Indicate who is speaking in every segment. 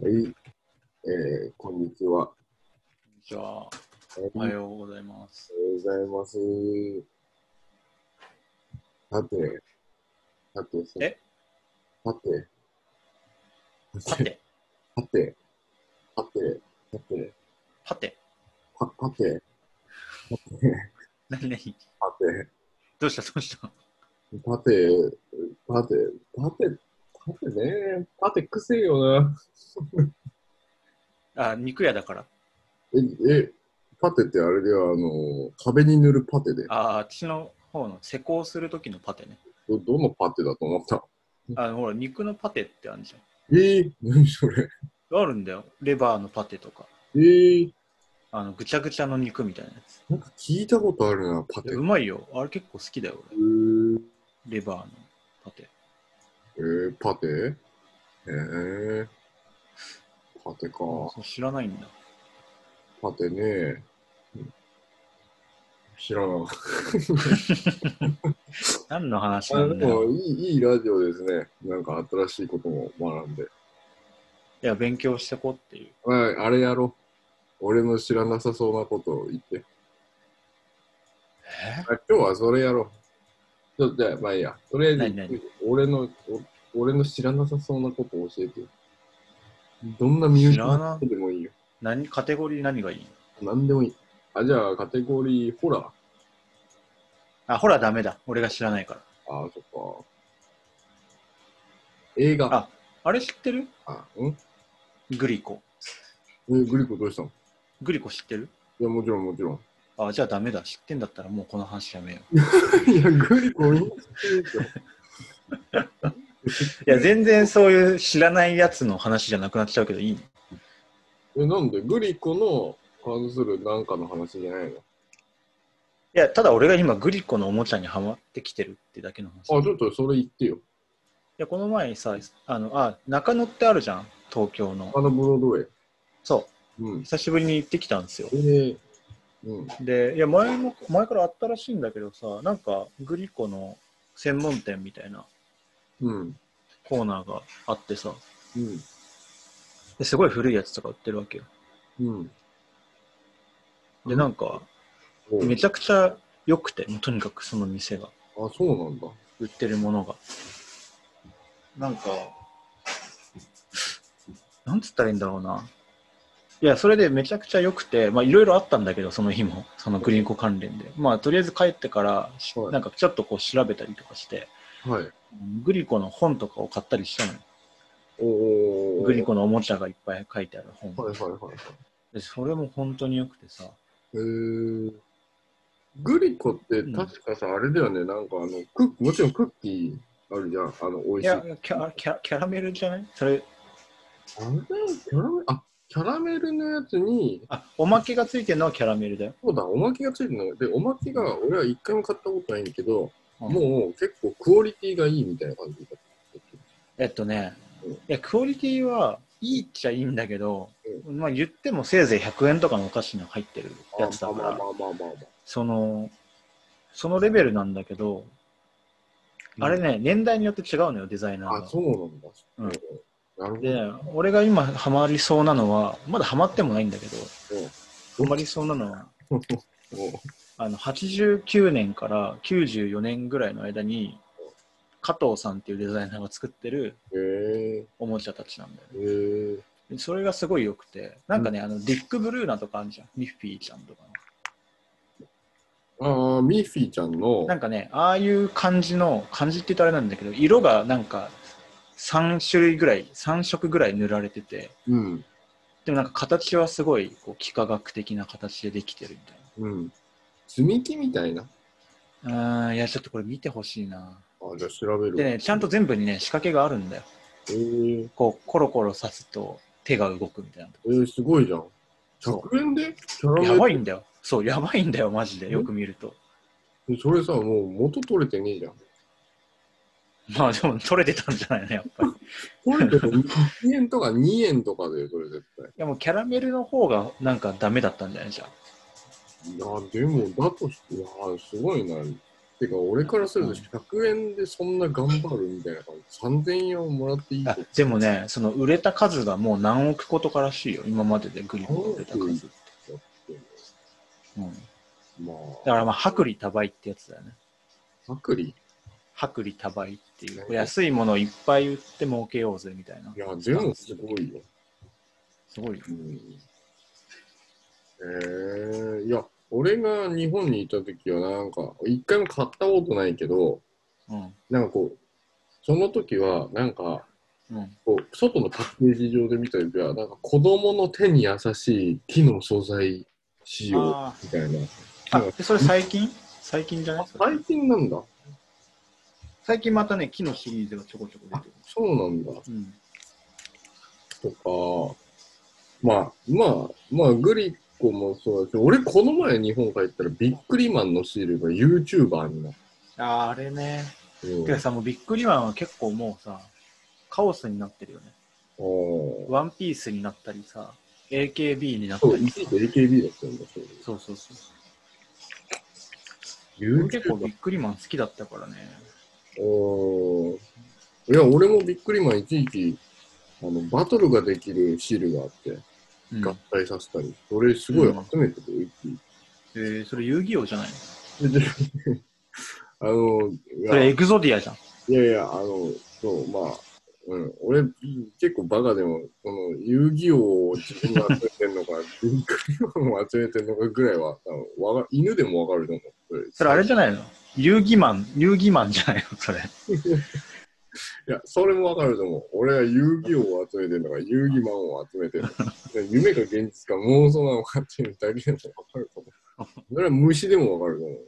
Speaker 1: はい、えー、こんにちは。
Speaker 2: じゃあ、お
Speaker 1: おは
Speaker 2: は
Speaker 1: よ
Speaker 2: ようございます。
Speaker 1: うございます。さて、さて、さ
Speaker 2: え
Speaker 1: さて、
Speaker 2: はて、
Speaker 1: さて、さて、さて、
Speaker 2: はて、
Speaker 1: はさて、
Speaker 2: なになに
Speaker 1: さて、
Speaker 2: どうしたどうした
Speaker 1: さて、さて、さて、さてね、さてくせえよな。
Speaker 2: あ、肉屋だから。
Speaker 1: え、え、パテってあれでは、あの、壁に塗るパテで、
Speaker 2: あ、あっちの方の施工する時のパテね。
Speaker 1: ど、どのパテだと思った
Speaker 2: あ、ほら、肉のパテってあるじ
Speaker 1: えー、何それ
Speaker 2: ゃん。あるんだよ。レバーのパテとか。
Speaker 1: えー、
Speaker 2: あの、ぐちゃぐちゃの肉みたいなやつ。
Speaker 1: なんか聞いたことあるな、パテ。
Speaker 2: えうまいよ。あれ結構好きだよ、
Speaker 1: えー
Speaker 2: 俺。レバーのパテ。
Speaker 1: えー、パテえー、パテか。
Speaker 2: そう知らないんだ。
Speaker 1: パテね。知らん。
Speaker 2: 何の話な
Speaker 1: あ
Speaker 2: ん
Speaker 1: で
Speaker 2: だ
Speaker 1: も
Speaker 2: よ。
Speaker 1: いい、いいラジオですね。なんか新しいことも学んで。
Speaker 2: いや、勉強してこうっていう。
Speaker 1: はい、あれやろ。俺の知らなさそうなことを言って。
Speaker 2: え
Speaker 1: あ今日はそれやろう。ちょっとじゃあ、まあいいや。とりあえず
Speaker 2: 何何、
Speaker 1: 俺のお、俺の知らなさそうなことを教えてよ。どんな身内
Speaker 2: 知らな
Speaker 1: でもいいよ。
Speaker 2: 何、カテゴリー何がいい
Speaker 1: なんでもいい。あ、じゃあ、カテゴリー、ホラー。
Speaker 2: あ、ほら、ダメだ。俺が知らないから。
Speaker 1: ああ、そっか。映画。
Speaker 2: ああれ知ってる
Speaker 1: あうん
Speaker 2: グリコ。
Speaker 1: え、グリコどうしたの
Speaker 2: グリコ知ってる
Speaker 1: いや、もちろん、もちろん。
Speaker 2: あ、じゃあダメだ。知ってんだったらもうこの話やめよう。
Speaker 1: いや、グリコみんな知ってるじゃん。
Speaker 2: いや、全然そういう知らないやつの話じゃなくなっちゃうけどいいの
Speaker 1: え、なんで、グリコの関するなんかの話じゃないの
Speaker 2: いや、ただ俺が今グリコのおもちゃにハマってきてるってだけの話。い
Speaker 1: あ、ちょっとそれ言ってよ。
Speaker 2: や、この前さ、あの、あ、中野ってあるじゃん。東京の。
Speaker 1: あのブロードウェイ。
Speaker 2: そうう。
Speaker 1: ん。
Speaker 2: 久しぶりに行ってきたんですよ
Speaker 1: え。ー、うん。
Speaker 2: で、いや、前も、前からあったらしいんだけどさ、なんかグリコの専門店みたいな
Speaker 1: うん。
Speaker 2: コーナーがあってさ、
Speaker 1: うん。
Speaker 2: ですごい古いやつとか売ってるわけよ。
Speaker 1: うん。
Speaker 2: で、なんか、
Speaker 1: おう
Speaker 2: めちゃくちゃ良くて、もうとにかくその店が、
Speaker 1: あ、そうなんだ。
Speaker 2: 売ってるものが。なんか、なんつったらいいんだろうな。いや、それでめちゃくちゃ良くて、まあいろいろあったんだけど、その日も、そのグリンコ関連で。まあとりあえず帰ってから、
Speaker 1: はい
Speaker 2: なんかちょっとこう調べたりとかして、
Speaker 1: はい。
Speaker 2: グリコの本とかを買ったりしたのよ。
Speaker 1: おお。
Speaker 2: グリ。コのおもちゃがいっぱい書いてある本。
Speaker 1: はいはいはいはい。
Speaker 2: でそれも本当に良くてさ、
Speaker 1: えー、グリコって確かさ、あれだよね、なんかあのクッもちろんクッキーあるじゃん、あの
Speaker 2: い
Speaker 1: 美味しい。
Speaker 2: や、キャキャキャラメルじゃないそれ、
Speaker 1: あれキャラメルあキャラメルのやつに、
Speaker 2: あ、おまけがついてるのはキャラメルだよ。
Speaker 1: そうだ、おまけがついてるので、おまけが俺は一回も買ったことないんだけど、
Speaker 2: うん
Speaker 1: もう結構クオリティがいいみたいな感じだった。
Speaker 2: えっとね
Speaker 1: うん、
Speaker 2: いや、クオリティはいいっちゃいいんだけど、まあ言ってもせいぜい100円とかのお菓子に入ってるやつだか
Speaker 1: まあ
Speaker 2: ら
Speaker 1: ま、あまあまあまあ
Speaker 2: その、そのレベルなんだけど、
Speaker 1: まあ。
Speaker 2: あれね、年代によって違うのよ、デザイナ
Speaker 1: あ、
Speaker 2: ー
Speaker 1: そうなんだ。
Speaker 2: うん
Speaker 1: なるほ
Speaker 2: が。で、俺が今ハマりそうなのは、まだハマってもないんだけど、
Speaker 1: うん
Speaker 2: ハマりそうなのは、
Speaker 1: ど。お
Speaker 2: あの、89年から94年ぐらいの間に、加藤さんっていうデザイナーが作ってる
Speaker 1: へえ
Speaker 2: おもちゃたちなんだよね
Speaker 1: ー、へえー。
Speaker 2: それがすごい良くて、なんかね、あのディック・ブルーナとかあるじゃん、ミッフィーちゃんとか
Speaker 1: ああ、ミッフィーちゃんの
Speaker 2: の。なんかね、ああいう感じの、感じって言うとあれなんだけど、色がなんか3種類ぐらい、3色ぐらい塗られてて、
Speaker 1: うん、
Speaker 2: でもなんか形はすごいこう幾何学的な形でできてるみたい
Speaker 1: うん。積み木みたいな。
Speaker 2: な。あーいや、ちょっとこれ見てほしいな。
Speaker 1: あ、じゃあ調べる。
Speaker 2: でね、ちゃんと全部にね、仕掛けがあるんだよ。
Speaker 1: えー、
Speaker 2: こう、コロコロ刺すと手が動くみたいな。
Speaker 1: えー、すごいじゃん。
Speaker 2: そ
Speaker 1: 100円でキャラメル
Speaker 2: やばいんだよ。そう、やばいんだよ、マジで。よく見ると。
Speaker 1: それさ、もう元取れてねえじゃん。
Speaker 2: まあでも、取れてたんじゃないの、やっぱり。
Speaker 1: 取れても1円とか2円とかで、それ絶対。
Speaker 2: いやもうキャラメルの方がなんかダメだったんじゃないじゃん。
Speaker 1: いや、でも、だとして、いや、すごいな。てか、俺からすると100円でそんな頑張るみたいな感じ。3000円をもらっていいと
Speaker 2: あでもね、その売れた数がもう何億個とからしいよ、今まででグリコが売れた数って。うん、
Speaker 1: ま
Speaker 2: だからまあ、薄利多売ってやつだよね。
Speaker 1: あ、パクリ
Speaker 2: 薄利多売っていう、安いものをいっぱい売って儲けようぜみたいな。
Speaker 1: いや、でもすごいよ。
Speaker 2: すごいよ
Speaker 1: う。ん。えー、いや、俺が日本にいた時は、なんか、一回も買ったことないけど、
Speaker 2: うん。
Speaker 1: なんかこう、その時は、なんか、
Speaker 2: うん。
Speaker 1: こう外のパッケージ上で見た時は、なんか子供の手に優しい木の素材使用
Speaker 2: あ
Speaker 1: みたいな。
Speaker 2: あ、でそれ最近最近じゃない
Speaker 1: あ最近なんだ。
Speaker 2: 最近またね、木のシリーズがちょこちょこ出てる。
Speaker 1: そうなんだ。
Speaker 2: うん。
Speaker 1: とか、まあ、まあ、まあ、グリコもそうだし、俺この前日本帰ったらビックリマンのシールが YouTuber になっ
Speaker 2: あーあれね。
Speaker 1: て、
Speaker 2: てかさ、もうビックリマンは結構もうさ、カオスになってるよね。
Speaker 1: おー
Speaker 2: ワンピースになったりさ、AKB になった
Speaker 1: そう、
Speaker 2: りさ
Speaker 1: 一。時 AKB だったんだけど、
Speaker 2: そうそうそう。俺
Speaker 1: YouTuber
Speaker 2: 結構ビックリマン好きだったからね。
Speaker 1: おーいや、俺もビックリマンいちいち、あの、バトルができるシールがあって、
Speaker 2: うん、
Speaker 1: 合体させたり、それすごい集めてて、一気に
Speaker 2: えー、それ遊戯王じゃないの
Speaker 1: であの、い
Speaker 2: そ
Speaker 1: や
Speaker 2: れ
Speaker 1: い
Speaker 2: エグゾディアじゃん。
Speaker 1: やいや、あの、そう、まあ、うん、俺、結構バカでも、この遊戯王を自分が集めてんのか、 ビックリマンを集めてんのかぐらいは、多分わか犬でもわかると思う。
Speaker 2: それあれじゃないの遊戯マン、遊戯マンじゃないのそれ。
Speaker 1: いや、それもわかると思う。俺は遊戯王を集めてるのか、遊戯マンを集めてる のか、夢か現実か妄想なのかっていうだけでもわかると思う。それは虫でもわかると思う。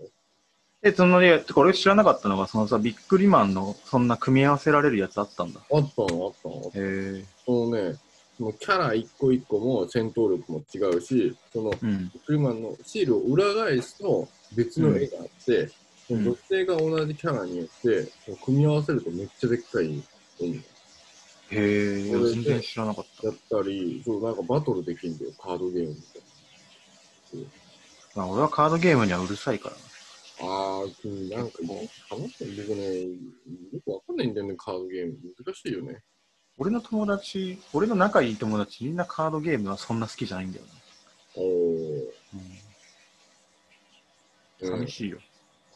Speaker 2: え、そのね、これ知らなかったのが、そのさ、ビックリマンのそんな組み合わせられるやつあったんだ。
Speaker 1: あったの、あったの、あったの。
Speaker 2: へえ。
Speaker 1: そのね、そのキャラ一個一個も戦闘力も違うし、その
Speaker 2: うん。
Speaker 1: ビックリマンのシールを裏返すと別の絵があって、
Speaker 2: うん
Speaker 1: その女性が同じキャラによって、その組み合わせるとめっちゃでっかい絵に
Speaker 2: へえ。いや
Speaker 1: これで
Speaker 2: 全然知らなかった。
Speaker 1: なったり、そうなんかバトルできるんだよ、カードゲームみたいな。
Speaker 2: まあ、俺はカードゲームにはうるさいからな。
Speaker 1: あー、君なんか話してるけどね、よくわかんないんだよね、カードゲーム。難しいよね。
Speaker 2: 俺の友達、俺の仲いい友達、みんなカードゲームはそんな好きじゃないんだよね。
Speaker 1: おー。
Speaker 2: うん。
Speaker 1: うん
Speaker 2: 寂しいよ。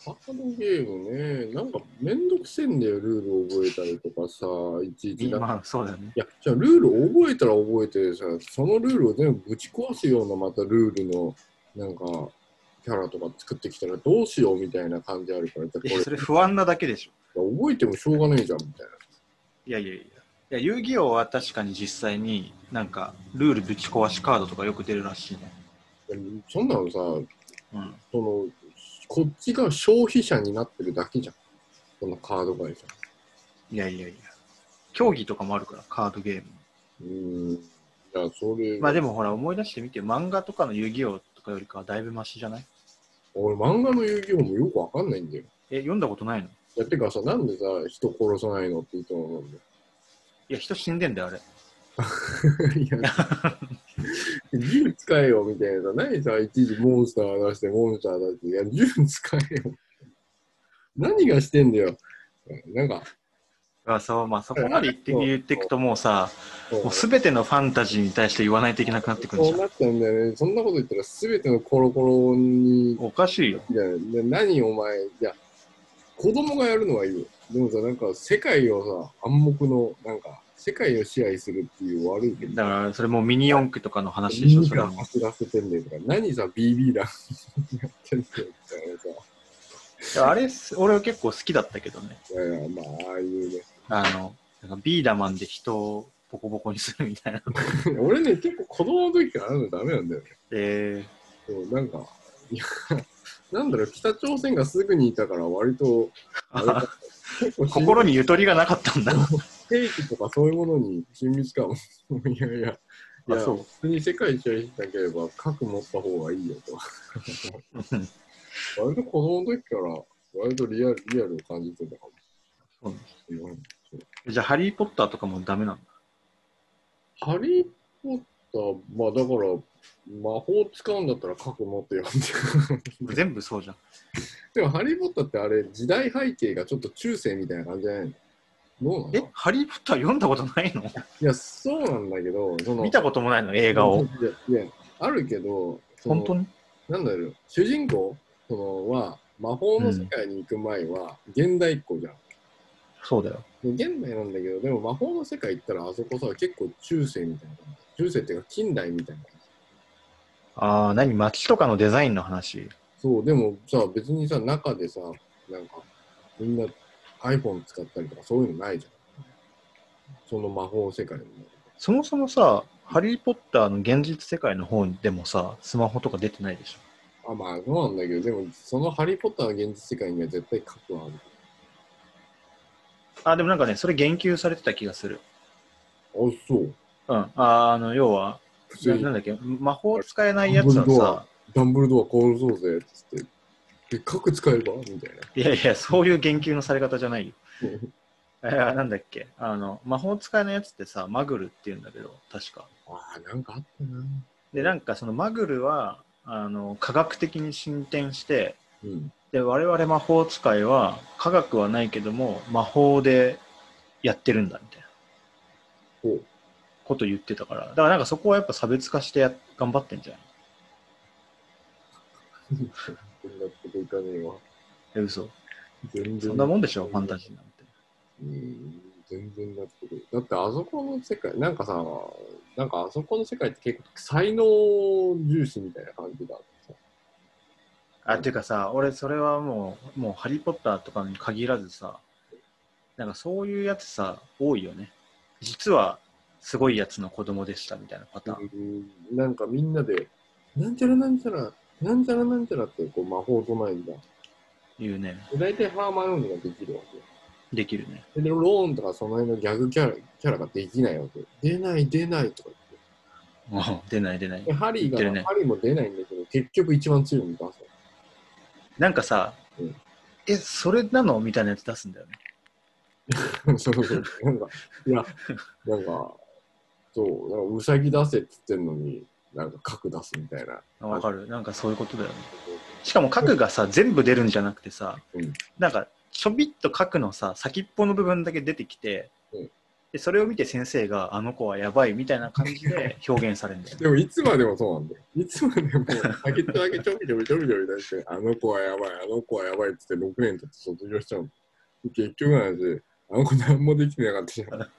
Speaker 1: カードゲームね、なんかめんどくせえんだよ、ルール覚えたりとかさ、いちいちなんか
Speaker 2: まあ、そうだよね。
Speaker 1: いや、じゃあルール覚えたら覚えてさ、そのルールを全部ぶち壊すようなまたルールの、なんか、キャラとか作ってきたらどうしようみたいな感じあるから、じゃあこ
Speaker 2: い
Speaker 1: れ
Speaker 2: や、それ不安なだけでしょ。
Speaker 1: 覚えてもしょうがねえじゃんみたい
Speaker 2: いやいやいや。いや、遊戯王は確かに実際になんか、ルールぶち壊しカードとかよく出るらしいね。
Speaker 1: な。でもそんなのさ、
Speaker 2: うん。
Speaker 1: その、こっちが消費者になってるだけじゃん。このカード会社。
Speaker 2: いやいやいや。競技とかもあるから、カードゲーム。
Speaker 1: うーん。いや、それ、
Speaker 2: まあでもほら、思い出してみて、漫画とかの遊戯王とかよりかはだいぶマシじゃない
Speaker 1: 俺漫画の遊戯王もよくわかんないんだよ。
Speaker 2: え、読んだことないのい
Speaker 1: いや、てかさ、なんでさ、人殺さないのって言うと思うんだよ。
Speaker 2: や、人死んでんだよ、あれ。
Speaker 1: いや、銃使えよみたいなさ、何さ、いちいちモンスター出して、モンスター出して、いや、銃使えよ。何がしてんだよ。なんか、
Speaker 2: あそう、まあそこまで言って言ってくともうさ、
Speaker 1: そう
Speaker 2: もうすべてのファンタジーに対して言わないといけなくなってくるんじ
Speaker 1: そ
Speaker 2: ゃ。
Speaker 1: うんなっちゃうんだよね。そんなこと言ったら、すべてのコロコロに、
Speaker 2: おかしいよ。
Speaker 1: いや、で何お前、いや、子供がやるのはいいよ。でもさ、なんか、世界をさ、暗黙の、なんか、世界を支配するっていう悪いけど、
Speaker 2: だから、それもうミニ四駆とかの話でしょ、
Speaker 1: 耳
Speaker 2: それ
Speaker 1: が
Speaker 2: も。
Speaker 1: 走らせてんねんとか、何さ、BB だ、やってんだよ、みたいなさ。
Speaker 2: いやあれ、俺は結構好きだったけどね。
Speaker 1: いやいや、まあ、ああいうね。
Speaker 2: あの、なんかビーダマンで人をボコボコにするみたいな。
Speaker 1: 俺ね、結構子供の時からあるのダメなんだよね。
Speaker 2: え
Speaker 1: そうなんか、いや、なんだろう、北朝鮮がすぐにいたから、割と、あれだ
Speaker 2: ー、
Speaker 1: 結 構
Speaker 2: 心にゆとりがなかった んだ。
Speaker 1: 兵器とかそういうものに親密感を。いやいや、いや、
Speaker 2: あそう
Speaker 1: 普通に世界一愛しなければ、核持った方がいいよ と。
Speaker 2: うん
Speaker 1: 割と子供の時から、割とリアルリアルを感じてたかも
Speaker 2: そうなんで
Speaker 1: しれない。
Speaker 2: すじゃあ、ハリー・ポッターとかもダメなんだ。
Speaker 1: ハリー・ポッター、まあだから、魔法使うんだったら核持ってよって。
Speaker 2: 全部そうじゃん。
Speaker 1: でも、ハリー・ポッターってあれ、時代背景がちょっと中世みたいな感じじゃないのどうな
Speaker 2: え
Speaker 1: の、
Speaker 2: ハリー・ポッター読んだことないの
Speaker 1: いや、そうなんだけど、その、
Speaker 2: 見たこともないの、映画を。
Speaker 1: いや、いやあるけど、その
Speaker 2: 本当に
Speaker 1: なんだろう、主人公そのは、魔法の世界に行く前は、現代っ子じゃん。
Speaker 2: そうだよ。
Speaker 1: 現代なんだけど、でも魔法の世界行ったら、あそこさ、結構中世みたいな感じ。中世っていうか、近代みたいな感じ。
Speaker 2: ああ、何薪とかのデザインの話。
Speaker 1: そう、でもさ、別にさ、中でさ、なんか、みんな iPhone 使ったりとか、そういうのないじゃん。その魔法世界の。
Speaker 2: そもそもさ、ハリー・ポッターの現実世界の方でもさ、スマホとか出てないでしょ。
Speaker 1: あ、まあ、そうなんだけど、でも、そのハリー・ポッターの現実世界には絶対核はある。
Speaker 2: あ、でもなんかね、それ言及されてた気がする。
Speaker 1: あ、そう。
Speaker 2: うん。あーあの、要は、
Speaker 1: 普
Speaker 2: な
Speaker 1: 通に
Speaker 2: なんだっけ、魔法使えないやつはさ、
Speaker 1: ダンブルドア殺そうぜ、っつって。え、核使えばみたいな。
Speaker 2: いやいや、そういう言及のされ方じゃないよ。えーなんだっけあの、魔法使いのやつってさ、マグルって言うんだけど、確か。
Speaker 1: ああ、なんかあったな。
Speaker 2: で、なんかそのマグルは、あの、科学的に進展して、
Speaker 1: うん。
Speaker 2: で、我々魔法使いは、科学はないけども、魔法でやってるんだ、みたいな
Speaker 1: ほう。
Speaker 2: こと言ってたから。だからなんかそこはやっぱ差別化してや頑張ってんじゃない
Speaker 1: こんなとこ行かねえわ。
Speaker 2: え、嘘。
Speaker 1: 全然。
Speaker 2: そんなもんでしょ、ファンタジーなんて。
Speaker 1: うん全然なってくる。だってあそこの世界、なんかさ、なんかあそこの世界って結構才能重視みたいな感じだったさ。
Speaker 2: あ、ていうかさ、俺それはもう、もうハリーポッターとかに限らずさ、なんかそういうやつさ、多いよね。実は、すごいやつの子供でしたみたいなパターン。
Speaker 1: うんなんかみんなで、なんちゃらなんちゃら、なんちゃらなんちゃらってこう魔法を唱えんだ。
Speaker 2: いうね、
Speaker 1: で大体ハーマイオニーができるわけよ。
Speaker 2: できるね。
Speaker 1: で、ローンとかその辺のギャグキャラキャラができないわけよ。出ない出ないとか言って。
Speaker 2: もう出ない出ない
Speaker 1: で、。ハリー
Speaker 2: 言って
Speaker 1: が、
Speaker 2: るね
Speaker 1: ハリーも出ないんだけど、結局一番強いの出すわけ
Speaker 2: なんかさ
Speaker 1: うん、
Speaker 2: え、それなのみたいなやつ出すんだよね。
Speaker 1: そうそう。なんか、いや、なんか、そう、なんかうさぎ出せって言ってんのに、なんか核出すみたいな。
Speaker 2: あわかる。なんかそういうことだよね。しかも核がさ、全部出るんじゃなくてさ、
Speaker 1: うん
Speaker 2: なんかちょびっと核のさ、先っぽの部分だけ出てきて、
Speaker 1: うん
Speaker 2: でそれを見て先生が、あの子はやばいみたいな感じで表現されるんだよね
Speaker 1: でも、いつまでもそうなんだよ。いつまでも、先っちょだけちょびちょびちょびちょび出して、あの子はやばい、あの子はやばいって言って6年経って卒業しちゃうの。結局の話、あの子何もできてなかったじゃん。
Speaker 2: だか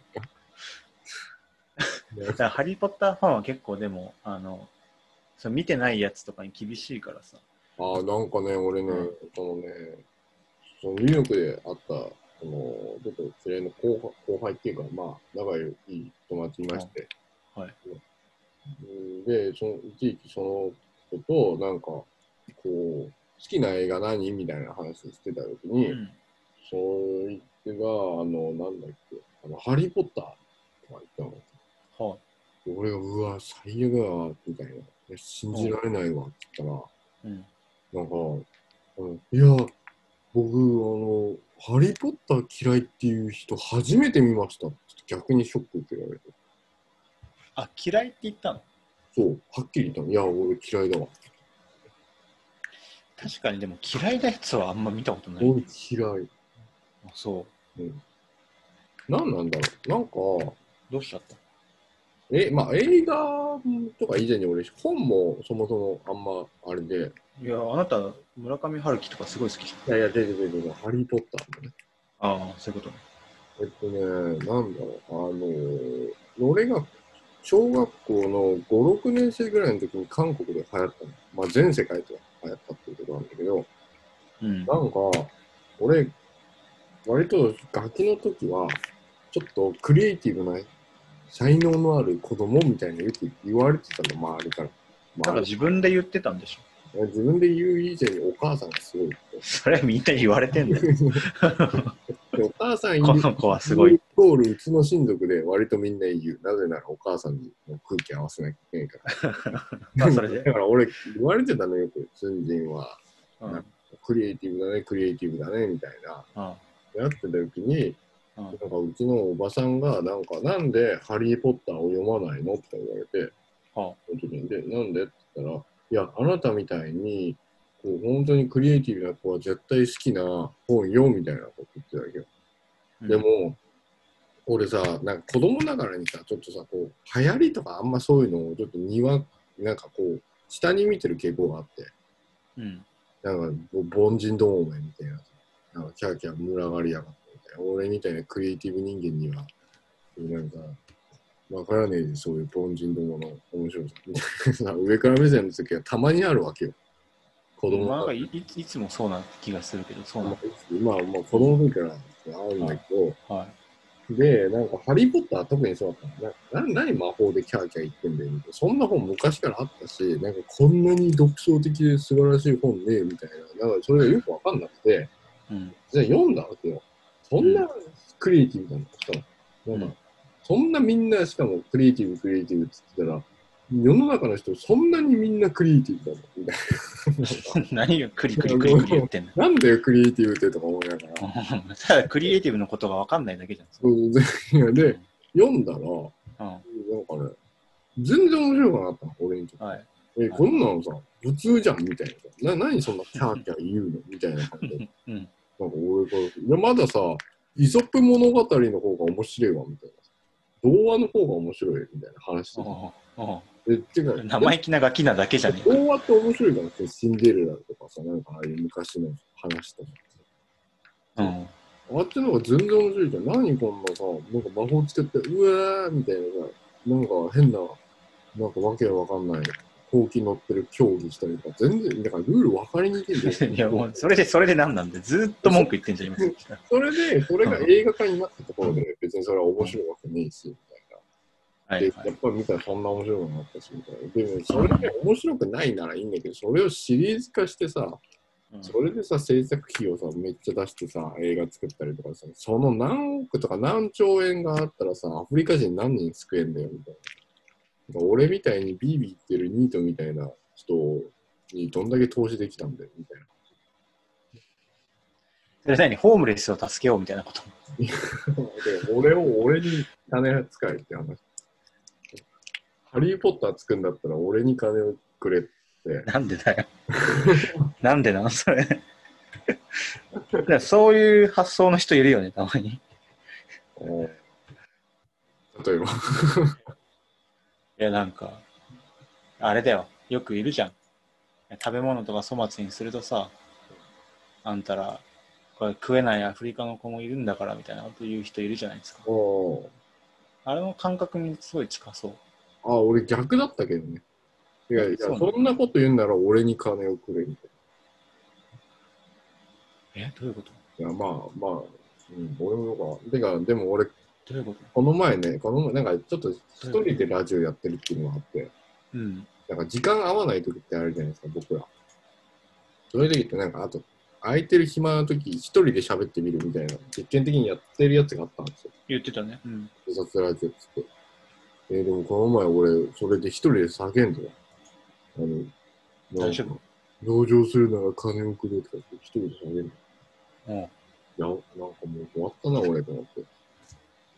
Speaker 2: らハリー・ポッターファンは結構でも、あの、その見てないやつとかに厳しいからさ。
Speaker 1: ああ、なんかね、俺ね、そのね、そのニューヨークで会った、その、ちょっと連れの後輩後輩っていうか、まあ、仲良い友達いまして。
Speaker 2: うんはい
Speaker 1: うん。で、その、一時期その子と、なんか、こう、好きな映画何みたいな話をしてた時に、
Speaker 2: うん
Speaker 1: そいつが、あの、なんだっけ、あの、ハリー・ポッターとか言ったの。
Speaker 2: は
Speaker 1: 俺が、うわ、最悪だわ、みたいな。いや信じられないわ、って言ったら、
Speaker 2: いうん、
Speaker 1: なんか、うん、いや、僕、あの、ハリー・ポッター嫌いっていう人初めて見ましたって逆にショック受けられて。
Speaker 2: あ、嫌いって言ったの
Speaker 1: そう、はっきり言ったの。いや、俺嫌いだわ。
Speaker 2: 確かにでも嫌いなやつはあんま見たことない。
Speaker 1: 俺嫌い。
Speaker 2: あそう。
Speaker 1: うん。何なんだろう。なんか、
Speaker 2: どうしちゃった
Speaker 1: え、まあ映画とか以前に俺、本もそもそもあんまあれで、
Speaker 2: いや、あなた、村上春樹とかすごい好きじ
Speaker 1: いやいや、出て出て出て、ハリー・ポッターのね。
Speaker 2: ゃん。ああ、そういうことね。
Speaker 1: えっとね、なんだろう、あのー、俺が小学校の5、6年生ぐらいの時に韓国で流行ったの。まあ全世界で流行ったっていうことなんだけど、
Speaker 2: うん。
Speaker 1: なんか、俺、割とガキの時は、ちょっとクリエイティブな才能のある子供みたいによく言われてたの、周りから。
Speaker 2: なんか
Speaker 1: 周り
Speaker 2: 自分で言ってたんでしょ。
Speaker 1: 自分で言う以前にお母さんがすご いって。
Speaker 2: それみんな言われてん だよ。
Speaker 1: でお母さんいる
Speaker 2: この子はすごい
Speaker 1: イ。コールうちの親族で割とみんな言う。なぜならお母さんの空気合わせなきゃいけないから。
Speaker 2: まあ、それで。
Speaker 1: だから俺、言われてたのよく、寸人は。
Speaker 2: うん。うん
Speaker 1: クリエイティブだね、クリエイティブだね、みたいな。やってた時に、
Speaker 2: う
Speaker 1: なん
Speaker 2: ん
Speaker 1: かうちのおばさんが、なんか、なんでハリー・ポッターを読まないのとか言われて、
Speaker 2: は
Speaker 1: その時にで、なんでって言ったら、いや、あなたみたいに、ここう本当にクリエイティブな子は絶対好きな本よみたいなこと言ってたけど、
Speaker 2: うん
Speaker 1: で、も俺さなんか子供ながらにさちょっとさこう流行りとかあんまそういうのをちょっとにわなんかこう下に見てる傾向があって
Speaker 2: うん。
Speaker 1: なんかぼ凡人どもめみたいななんかキャーキャー群がりやがってみたいな俺みたいなクリエイティブ人間にはなんかわからねえでそういう凡人どもの面白さみたいなさ上から目線の時はたまにあるわけよ子供
Speaker 2: ま
Speaker 1: な
Speaker 2: あ、なん
Speaker 1: が
Speaker 2: からいいいつもそうな気がするけど、そうな
Speaker 1: まあまあまあ子供の時からあるんだけど、
Speaker 2: の。はい。
Speaker 1: で、なんか、ハリー・ポッターは特にそうだったのなな何魔法でキャーキャー言ってんだよみたいな。そんな本昔からあったし、なんかこんなに独創的で素晴らしい本ね、みたいな。なんかそれがよくわかんなくて、
Speaker 2: うん。
Speaker 1: じゃあ読んだわけよ。そんなクリエイティブなのこと、なんか、そんなみんな、しかもクリエイティブ、クリエイティブって言ってたら、世の中の人、そんなにみんなクリエイティブなのみたい
Speaker 2: 何がクリクリクリクリ言ってんの
Speaker 1: な。なんだよ、クリエイティブってとか思いながら。
Speaker 2: ただクリエイティブのことが分かんないだけじゃん。
Speaker 1: そうそうで、読んだら、
Speaker 2: うん。
Speaker 1: なんかね、全然面白くなかったの、俺にとって。
Speaker 2: はい。
Speaker 1: え、こんなのさ、普通じゃんみたいな。な、何そんなキャーキャー言うのみたいな感じで。なんか
Speaker 2: うん。
Speaker 1: 俺からすると、いや、まださ、イソップ物語の方が面白いわ、みたいな。童話の方が面白い、みたいな話して
Speaker 2: おうお
Speaker 1: て。え、て
Speaker 2: う
Speaker 1: か、
Speaker 2: 生意気なガキなだけじゃねえか。
Speaker 1: 童話って面白いから、シンデレラとかさ、なんかああいう昔の話とか。
Speaker 2: うん。
Speaker 1: あっちの方が全然面白いじゃん。何こんなさ、なんか魔法つけて、うわーみたいなさ、なんか変な、なんかわけわかんない、ほうき乗ってる競技したりとか、全然、だからルール分かりにくいんだよ。
Speaker 2: いや、もう、それで、それで何なんで、ずーっと文句言ってんじゃん、今。
Speaker 1: それで、それが映画化になったところで、別にそれは面白いわけねえし、みたいな。
Speaker 2: はい
Speaker 1: で、
Speaker 2: は
Speaker 1: や
Speaker 2: い。
Speaker 1: っぱ見たらそんな面白くなかったし、みたいな。でも、それで面白くないならいいんだけど、それをシリーズ化してさ、
Speaker 2: うん
Speaker 1: それでさ、制作費をさ、めっちゃ出してさ、映画作ったりとかさ、その何億とか何兆円があったらさ、アフリカ人何人救えんだよ、みたいな。俺みたいにビービー言ってるニートみたいな人にどんだけ投資できたんだよ、みたいな。
Speaker 2: それなに、ホームレスを助けようみたいなこと。
Speaker 1: で 俺を俺に金使えって話。ハリー・ポッター作るんだったら俺に金をくれって。
Speaker 2: なんでだよ。なんでなの、それ。 だからそういう発想の人いるよね、たまに。
Speaker 1: 例えば。
Speaker 2: いや、なんか、あれだよ、よくいるじゃん。食べ物とか粗末にするとさ、あんたら、これ食えないアフリカの子もいるんだからみたいなこと言う人いるじゃないですか。
Speaker 1: お
Speaker 2: あれの感覚にすごい近そう。
Speaker 1: あ、俺逆だったけどね。いやいや、
Speaker 2: そうなの
Speaker 1: そんなこと言うんなら俺に金をくれみたい
Speaker 2: え、どういうこと
Speaker 1: な。いや、まあまあ、うん、俺もよくわかんてか、でも俺、
Speaker 2: どういうこと
Speaker 1: この前ね、この前、なんかちょっと一人でラジオやってるっていうのがあって、
Speaker 2: うん。
Speaker 1: なんか時間合わない時ってあるじゃないですか、僕ら。そういう時って、なんかあと、空いてる暇の時一人で喋ってみるみたいな、実験的にやってるやつがあったんですよ。
Speaker 2: 言ってたね。うん。
Speaker 1: 警察ラジオっつって。えーでもこの前俺、それで一人で叫んでた。あの、
Speaker 2: 大丈夫
Speaker 1: 同情するなら金をくれとかって一人で叫んで
Speaker 2: も
Speaker 1: た。いや、なんかもう終わったな、俺、と思って。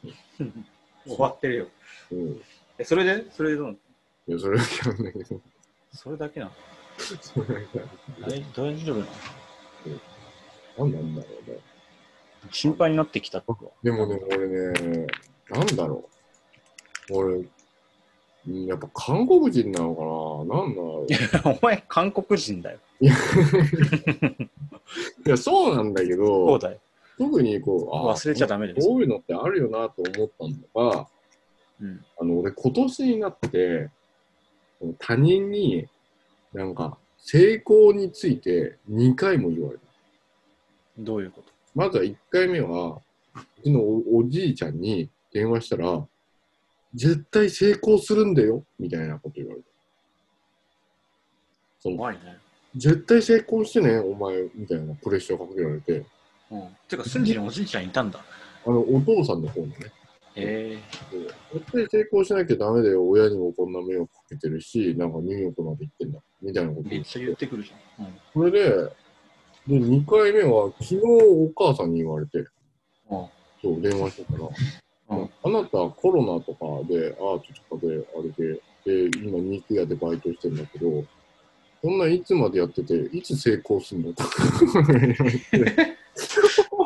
Speaker 2: う終わってるよ。
Speaker 1: うん。
Speaker 2: え、それでそれでどうなの
Speaker 1: いや、それは嫌なんだけど。
Speaker 2: それだけなの
Speaker 1: それは嫌
Speaker 2: 大大丈夫なの
Speaker 1: なんなんだろうね。
Speaker 2: 心配になってきた僕は。
Speaker 1: でもね、俺ね、なんだろう。俺、うんやっぱ韓国人なのかななんだ ろう。
Speaker 2: お前、韓国人だよ。
Speaker 1: いや、そうなんだけ
Speaker 2: そ
Speaker 1: ど
Speaker 2: う、だよ。
Speaker 1: 特にこう、あ
Speaker 2: 忘れちゃダメだよ
Speaker 1: こういうのってあるよなと思ったのが、
Speaker 2: うん。
Speaker 1: あの、俺今年になって、他人に、なんか、成功について2回も言われた。
Speaker 2: どういうこと
Speaker 1: まずは1回目は、うちのおおじいちゃんに電話したら、絶対成功するんだよ、みたいなこと言われた。その、
Speaker 2: 怖いね。
Speaker 1: 絶対成功してね、お前、みたいなプレッシャーかけられて、
Speaker 2: うん。てか、住んでるおじいちゃんいたんだ。
Speaker 1: あの、お父さんの方のね、
Speaker 2: え
Speaker 1: 絶対成功しなきゃダメだよ、親にもこんな迷惑かけてるし、なんかニューヨークまで行ってんだ、みたいなこ
Speaker 2: え
Speaker 1: と
Speaker 2: め
Speaker 1: 言
Speaker 2: っ
Speaker 1: っ。
Speaker 2: ちゃ言っててくるじゃん。う
Speaker 1: それ
Speaker 2: ん。
Speaker 1: で、で、2回目は、昨日お母さんに言われて、
Speaker 2: うん
Speaker 1: そう、電話してたら、
Speaker 2: うん
Speaker 1: あなたコロナとかで、アートとかで、あれで、で、今、肉屋でバイトしてんだけど、こんなんいつまでやってて、いつ成功すんの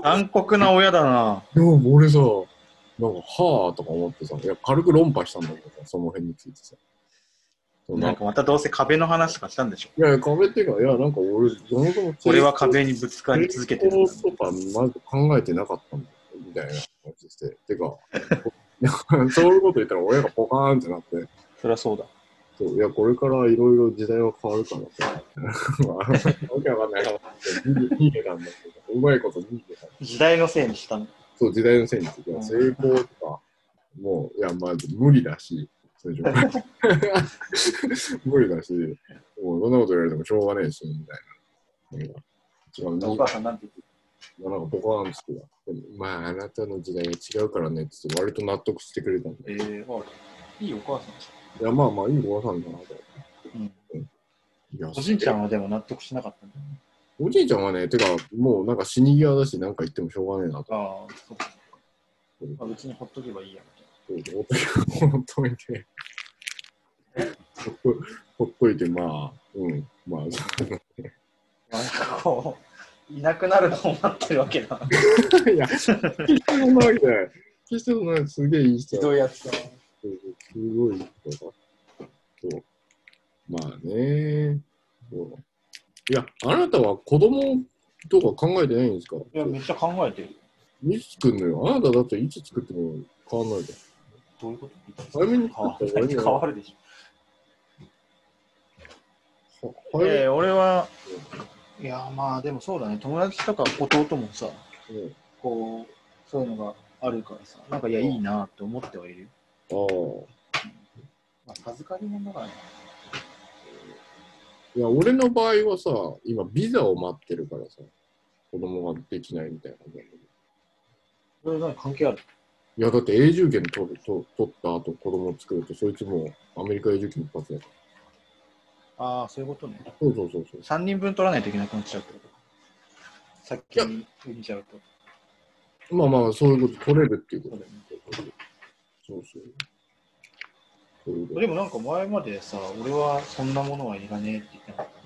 Speaker 2: 暗黒な親だな。
Speaker 1: でも俺さ、なんか、はぁとか思ってさ、いや、軽く論破したんだけどさ、その辺についてさ。そう
Speaker 2: な
Speaker 1: なんんか
Speaker 2: かまたどうせ壁の話とかしたんでしょ。
Speaker 1: いや、壁っていうか、いや、なんか俺、そもそも
Speaker 2: 俺は壁にぶつかり続けてるんだ。
Speaker 1: 成功とか、まず考えてなかったんだよ、みたいな話して。てか、なんか そういうこと言ったら親がポカーンってなって、
Speaker 2: そりゃそうだ。
Speaker 1: そういや、これからいろいろ時代は変わるからさ、 わけわかんない話して逃げたんだけど、うまいこと逃げた。
Speaker 2: 時代のせいにしたの。
Speaker 1: そう、時代のせいについて
Speaker 2: う
Speaker 1: は、
Speaker 2: ん
Speaker 1: 成功とか、もう、いや、まず無理だし、それじゃ無理だし、もうそんなこと言われてもしょうがねえし、みたいな。うん違う
Speaker 2: お母さんなんて言って
Speaker 1: なんかポカーンって言ってたまあ、あなたの時代が違うからねって言って割と納得してくれたんだよ。
Speaker 2: えー、あいいお母さん。
Speaker 1: いや、まあまあ、いいお母さんだなと思
Speaker 2: うん、
Speaker 1: って。いや、
Speaker 2: おじいちゃんはでも納得しなかったんだ。
Speaker 1: おじいちゃんはね、てか、もうなんか死に際だし、なんか言ってもしょうがねえなと
Speaker 2: ああ、そうか。
Speaker 1: 思
Speaker 2: まあ、別にほっとけばいいやみた
Speaker 1: って、
Speaker 2: い
Speaker 1: ほっといて、ほっといて、ほっとほっといて、まあ、うん、まあ、
Speaker 2: な。まあなんかこう、いなくなるのを待ってるわけだ。
Speaker 1: いや、決してそんなわけじゃない。決してそんなわけすげえいい人だ。
Speaker 2: ひどいやつだ。
Speaker 1: すごい人だ。そう。まあねそう。いや、あなたは子供とか考えてないんですか
Speaker 2: いや、めっちゃ考えてる。
Speaker 1: いつ作るのよ。あなただっていつ作っても変わんないじ
Speaker 2: どういうこと
Speaker 1: 早めに
Speaker 2: 変わ
Speaker 1: 作った方がいいんじゃない
Speaker 2: 変わるでし
Speaker 1: ゃん。
Speaker 2: ょ。
Speaker 1: は
Speaker 2: えー、俺は、いや、まあでもそうだね。友達とか弟もさ、
Speaker 1: うん
Speaker 2: こう、そういうのがあるからさ、なんかいや、いいなって思ってはいるよ。
Speaker 1: ああ。
Speaker 2: まあ、授かり物だからね。
Speaker 1: いや、俺の場合はさ、今ビザを待ってるからさ、子供ができないみたいな感じなんだけど。
Speaker 2: それ何関係ある
Speaker 1: いや、だって永住権取ると取った後子供作ると、そいつもうアメリカ永住権一発だか
Speaker 2: ああ、そういうことね。
Speaker 1: ら。そうそうそうそう。
Speaker 2: 3人分取らないといけなくなっちゃうってこと先に産んじゃうと。
Speaker 1: まあまあ、そういうこと、取れるっていうこ
Speaker 2: そ
Speaker 1: と
Speaker 2: う
Speaker 1: ね
Speaker 2: だ。よね
Speaker 1: そうそう。そういうこと
Speaker 2: でもなんか前までさ、俺はそんなものはいらねえって言ってなかったね。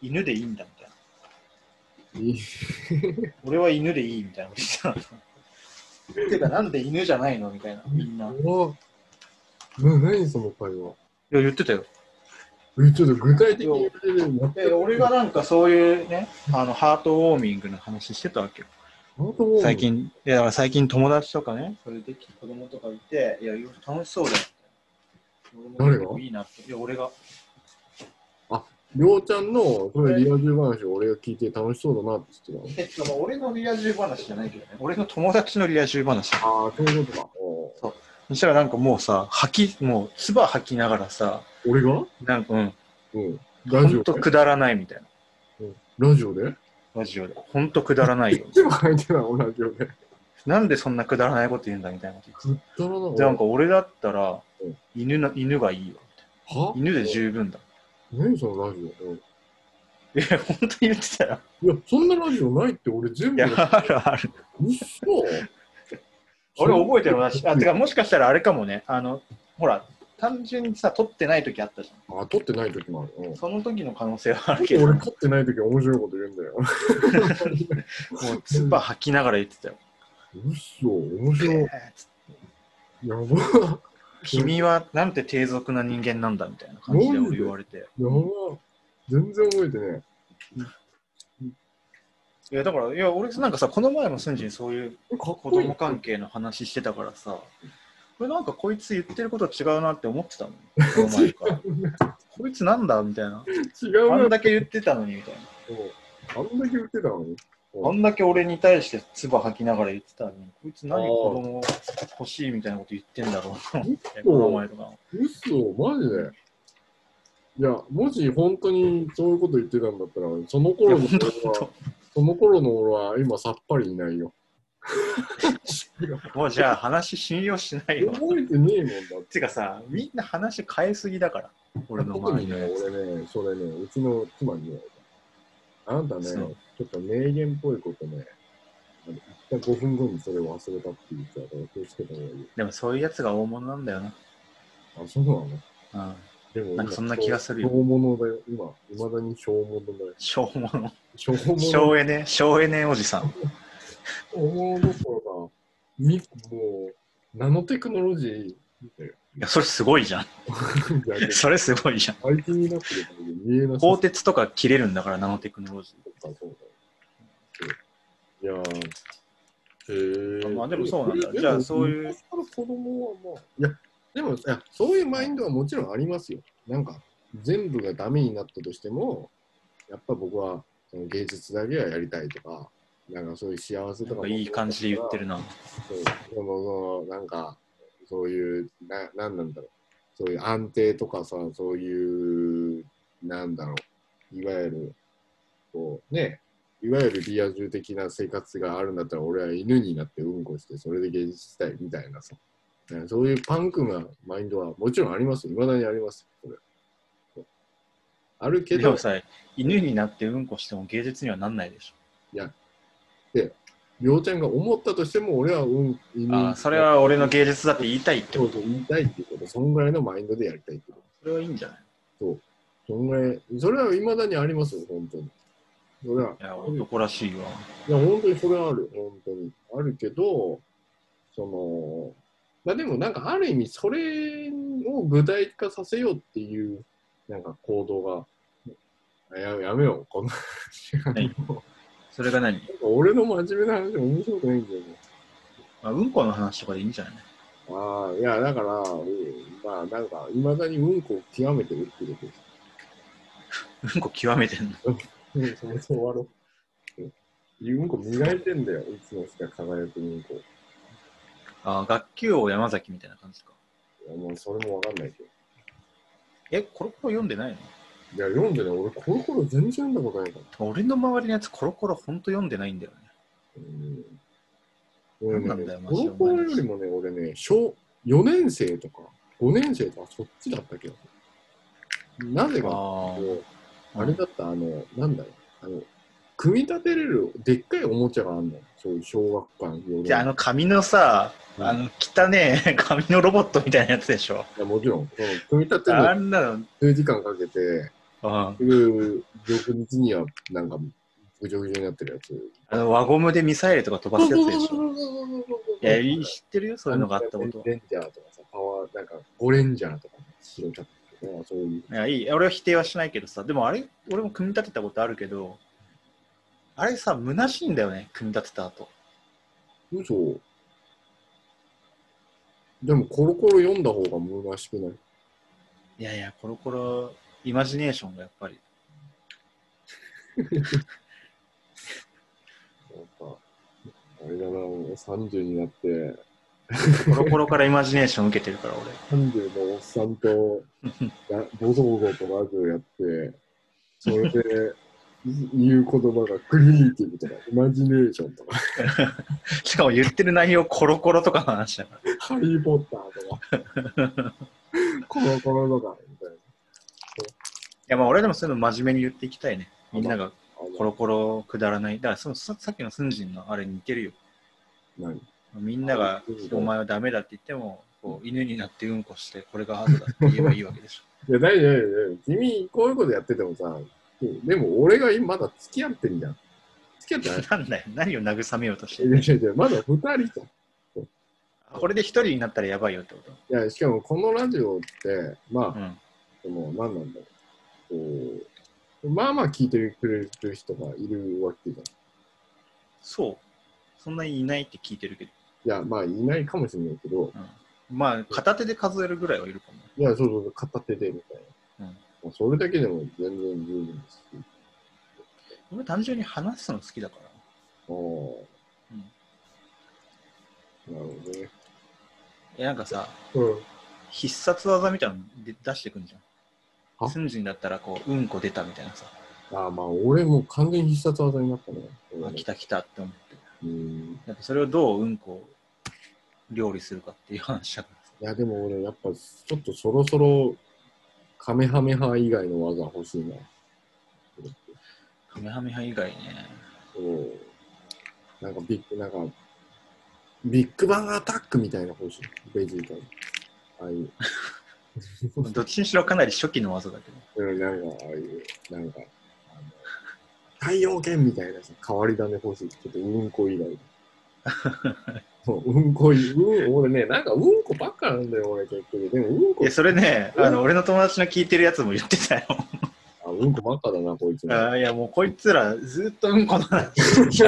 Speaker 2: 犬でいいんだみたいな。
Speaker 1: いい
Speaker 2: 俺は犬でいいみたいなこと言ってたの。てか、なんで犬じゃないのみたいな、みんな。
Speaker 1: な。
Speaker 2: い
Speaker 1: うわな、何その会話。
Speaker 2: や、言ってたよ。
Speaker 1: え、ちょっと具体的に言われるの
Speaker 2: で、俺がなんかそういうね、あの、ハートウォーミングの話してたわけよ。最。近、いや、だから最近友達とかね、それでき子供とかいて、いや、楽しそうだよみたいな。
Speaker 1: 誰が
Speaker 2: 俺もいいなって。いや、俺が。
Speaker 1: りょうちゃんの、それリア充話を俺が聞いて楽しそうだなって言って
Speaker 2: えっと、まあ俺のリア充話じゃないけどね。俺の友達のリア充話。
Speaker 1: た。ああ、そういうことか。お
Speaker 2: そしたらなんかもうさ、吐き、もう、唾吐きながらさ、
Speaker 1: ー俺が
Speaker 2: なんか、うん、
Speaker 1: うん。
Speaker 2: ほ
Speaker 1: ラジ
Speaker 2: ん
Speaker 1: オ
Speaker 2: と
Speaker 1: で。
Speaker 2: くだらないみたいな。
Speaker 1: ラジオで
Speaker 2: ラジオで。ほんとくだら ないよ。
Speaker 1: でも入ってたの、ラジオで。
Speaker 2: なんでそんなくだらないこと言うんだみたいなこと言っ
Speaker 1: く
Speaker 2: て
Speaker 1: ったらな。
Speaker 2: た。で、なんか俺だったら
Speaker 1: うん、
Speaker 2: 犬の、犬がいいよ。
Speaker 1: は
Speaker 2: 犬で十分だ。
Speaker 1: 何そのラジオ。うん
Speaker 2: え、ほんと言ってたよ。
Speaker 1: いや、そんなラジオないって俺全
Speaker 2: い
Speaker 1: 部
Speaker 2: や、。あるある。
Speaker 1: うっそ
Speaker 2: 俺覚えてるな し、あ、てかもしかしたらあれかもね、あの、ほら、単純にさ、撮ってない時あったじゃ
Speaker 1: あ、撮ってない時もある。うん
Speaker 2: ん。その時の可能性はあるけど、
Speaker 1: 俺
Speaker 2: もう
Speaker 1: 撮ってない時は面白いこと言うんだよ。
Speaker 2: スーパー吐きながら言ってたよ。
Speaker 1: うっそ面白い。やば。や
Speaker 2: 君はなんて低俗な人間なんだみたいな感じで俺言われて。
Speaker 1: ば。全然覚えてね
Speaker 2: いや、だから、いや、俺なんかさ、この前もすんじにそういう
Speaker 1: え。かっ
Speaker 2: 子
Speaker 1: こいい。
Speaker 2: 供関係の話してたからさ、これなんかこいつ言ってること違うなって思ってた もん。この前から。こいつなんだみたいな。
Speaker 1: 違
Speaker 2: あ
Speaker 1: うんな。
Speaker 2: だけ言ってたのにみたいな。
Speaker 1: あんだけ言ってたのに。
Speaker 2: あんだけ俺に対して唾吐きながら言ってたのに、こいつ何子供欲しいみたいなこと言ってんだろうなって、この前とか。
Speaker 1: うっそマジで。いや、もし本当にそういうこと言ってたんだったら、その頃の俺
Speaker 2: いや本当
Speaker 1: は、その頃の俺は今さっぱりいない よ。
Speaker 2: もうじゃあ話信用しないよ。
Speaker 1: 覚えてねえもんだって。
Speaker 2: てかさ、みんな話変えすぎだから、俺の
Speaker 1: 特
Speaker 2: 周り
Speaker 1: にね、
Speaker 2: のやつ。
Speaker 1: 俺ね、それね、うちの妻に言われた。あなたね、
Speaker 2: そう
Speaker 1: ちょっと名言っぽいことね、あの言った5分後にそれを忘れたって言ってたから気をつけた方がいいよ。
Speaker 2: でもそういうやつが大物なんだよな。
Speaker 1: あ、そうなの
Speaker 2: うん
Speaker 1: でも
Speaker 2: なんかそんな気がするよ
Speaker 1: 小物だよ。今、いまだに小物だよ。
Speaker 2: 小物。
Speaker 1: 小物。
Speaker 2: 省エネ、省エネおじさん。
Speaker 1: 小物どころか、みもう、ナノテクノロジーみたい
Speaker 2: いや、それすごいじゃん。
Speaker 1: な。いや
Speaker 2: それすごいじゃん。
Speaker 1: 相手になってるから見えなさ
Speaker 2: 鋼
Speaker 1: そ
Speaker 2: 鉄とか切れるんだから、ナノテクノロジ
Speaker 1: うか、そうだよ。いやー。えー、
Speaker 2: まあでもそうなんだ
Speaker 1: いや
Speaker 2: じゃあそういう。
Speaker 1: でも昔から子供はまあ、いや、でもいや、そういうマインドはもちろんありますよ。なんか、全部がダメになったとしても、やっぱ僕はその芸術だけはやりたいとか、なんかそういう幸せ
Speaker 2: ー。な
Speaker 1: と
Speaker 2: ん
Speaker 1: か
Speaker 2: かいい感じで言ってるな。
Speaker 1: そうそのそのなんかそういうななんなんだろうそういう安定とかさそういうなんだろういわゆるこうねいわゆるリア充的な生活があるんだったら俺は犬になってうんこしてそれで芸術したいみたいなさねそういうパンクなマインドはもちろんありますいまだにありますこれそうあるけ
Speaker 2: で
Speaker 1: ど
Speaker 2: もさ、犬になってうんこしても芸術にはなんないでし
Speaker 1: りょうちゃんが思ったとしても俺はうん
Speaker 2: ょ。
Speaker 1: 犬
Speaker 2: ああ、それは俺の芸術だって言いたいって
Speaker 1: そ
Speaker 2: こ
Speaker 1: う
Speaker 2: と
Speaker 1: そう。言いたいっていうことそんぐらいのマインドでやりたいってこと
Speaker 2: それはいいんじゃない
Speaker 1: そんぐらい、それはいまだにありますよ、本当に。それは、
Speaker 2: いや、男らしいわ。
Speaker 1: いや、本当にそれはある、本当に。あるけど、その、まあでもなんかある意味、それを具体化させようっていう、なんか行動が、あややめよう、こんな話。な
Speaker 2: い
Speaker 1: んか
Speaker 2: それが何、
Speaker 1: 俺の真面目な話面白くないんだよね。
Speaker 2: まあ、うんこの話とかでいいんじゃない
Speaker 1: ああ、いや、だから、うんまあなんか、いまだにうんこを極めてるってことです。
Speaker 2: うんこ極めてんの。
Speaker 1: うん、そもそも終わろう。うんうんこ磨いてんだよ、いつの日か輝くうんこ。い
Speaker 2: ああ、学級王山崎みたいな感じか。
Speaker 1: やもうそれもわかんないけど。
Speaker 2: え、コロコロ読んでないの
Speaker 1: いや、読んでね、俺、コロコロ全然読んだことないから。
Speaker 2: 俺の周りのやつコロコロほんと読んでないんだよね。
Speaker 1: うん。俺ね
Speaker 2: なんだよマ
Speaker 1: コ
Speaker 2: ジで
Speaker 1: ロコロよりもね、俺ね、小4年生とか5年生とかそっちだったけど。なぜか
Speaker 2: あ
Speaker 1: っていうと
Speaker 2: あ
Speaker 1: あれだった、あの、なんだろう、あの、組み立てれるでっかいおもちゃがあるのよ、そういう小学館4年
Speaker 2: じゃあ、あの紙のさ、
Speaker 1: うん
Speaker 2: あの汚ね え紙のロボットみたいなやつでしょ。
Speaker 1: いやもちろん、その組み立てる
Speaker 2: あ
Speaker 1: の
Speaker 2: んなの、
Speaker 1: 数時間かけて、
Speaker 2: あ
Speaker 1: 翌日にはなんかぐちょぐちょになってるやつ。
Speaker 2: あの輪ゴムでミサイルとか飛ばすやつでしょ。いや、いい知ってるよ、そういうのがあったことは。
Speaker 1: レンジャーとかさ、パワー、なんかゴレンジャーとか、白キャップとか、そういう。
Speaker 2: いや、いい。俺は否定はしないけどさ、でもあれ、俺も組み立てたことあるけど、あれさ、虚しいんだよね、組み立てた後。
Speaker 1: 嘘でもコロコロ読んだ方が虚しくない。
Speaker 2: いやいや、コロコロ、イマジネーションがやっぱり。
Speaker 1: なんか、あれだな、俺30になって、
Speaker 2: コロコロからイマジネーション受けてるから、俺。
Speaker 1: 30のおっさんと、なボソボソとラジオやって、それで、言う言葉がクリエイティブとか、イマジネーションとか、
Speaker 2: しかも言ってる内容、コロコロとかの話だから。
Speaker 1: ハリー・ポッターとか、 コロコロとか、みたいな。
Speaker 2: いや、まあ俺でもそういうの真面目に言っていきたいね。みんなが
Speaker 1: あの
Speaker 2: コロコロくだらない。だからそのささっきのスンジンのあれに似てるよ。
Speaker 1: 何
Speaker 2: みんなが
Speaker 1: うん
Speaker 2: お前はダメだって言っても、こう犬になってうんこしてこれがアートだって言えばいいわけでしょ。
Speaker 1: いや、大丈夫、大丈夫。君、こういうことやっててもさ、でも俺が今まだ付き合ってんじゃん。付き合ってない
Speaker 2: なんだよ。何を慰めようとして
Speaker 1: いや
Speaker 2: る
Speaker 1: いやいや、まだ二人じゃん。
Speaker 2: これで一人になったらやばいよってこと。
Speaker 1: いや、しかもこのラジオって、まあ、
Speaker 2: うん。
Speaker 1: その、なんなんだろう。こうまあまあ聞いてくれる人がいるわけじゃん。い
Speaker 2: そう。そんなにいないって聞いてるけど。
Speaker 1: や、まあいないかもしれないけど、
Speaker 2: まあ片手で数えるぐらいはいるかも。
Speaker 1: いや、そうそうそう、片手でみたいな。
Speaker 2: うん
Speaker 1: まあそれだけでも全然十分ですし。
Speaker 2: 俺単純に話すの好きだから。
Speaker 1: ああ、なるほどね。
Speaker 2: え、なんかさ、
Speaker 1: うん。
Speaker 2: 必殺技みたいなので出してくんじゃ
Speaker 1: あ
Speaker 2: ん。スンジンだったらこう、うんこ出たみたいなさ、
Speaker 1: ああ、まあ俺もう完全に必殺技になったね。
Speaker 2: あ、来た来たって思って。
Speaker 1: うん。
Speaker 2: なんかそれをどううんこを料理するかっていう話だからさ。
Speaker 1: いや、でも俺、やっぱちょっとそろそろ、カメハメハ以外の技欲しいな。
Speaker 2: カメハメハ以外ね。
Speaker 1: そうなんかビッグ、なんか、ビッグバンアタックみたいな方針、ベジータの。ああいう。
Speaker 2: どっちにしろかなり初期の技だけど。
Speaker 1: うん、なんか、ああいう、なんか、あの太陽圏みたいなさ、変わり種欲しい。ちょっとうんこ以 外で。そううんこい、うん、俺ね、なんかうんこばっかなんだよ、俺、結局。でも、うん
Speaker 2: い
Speaker 1: こ
Speaker 2: や、、それね、あの、俺の友達の聞いてるやつも言ってたよ。
Speaker 1: あうんこばっかだな、こいつ
Speaker 2: あ
Speaker 1: ら。
Speaker 2: ーいや、もうこいつらずっとうんこの話。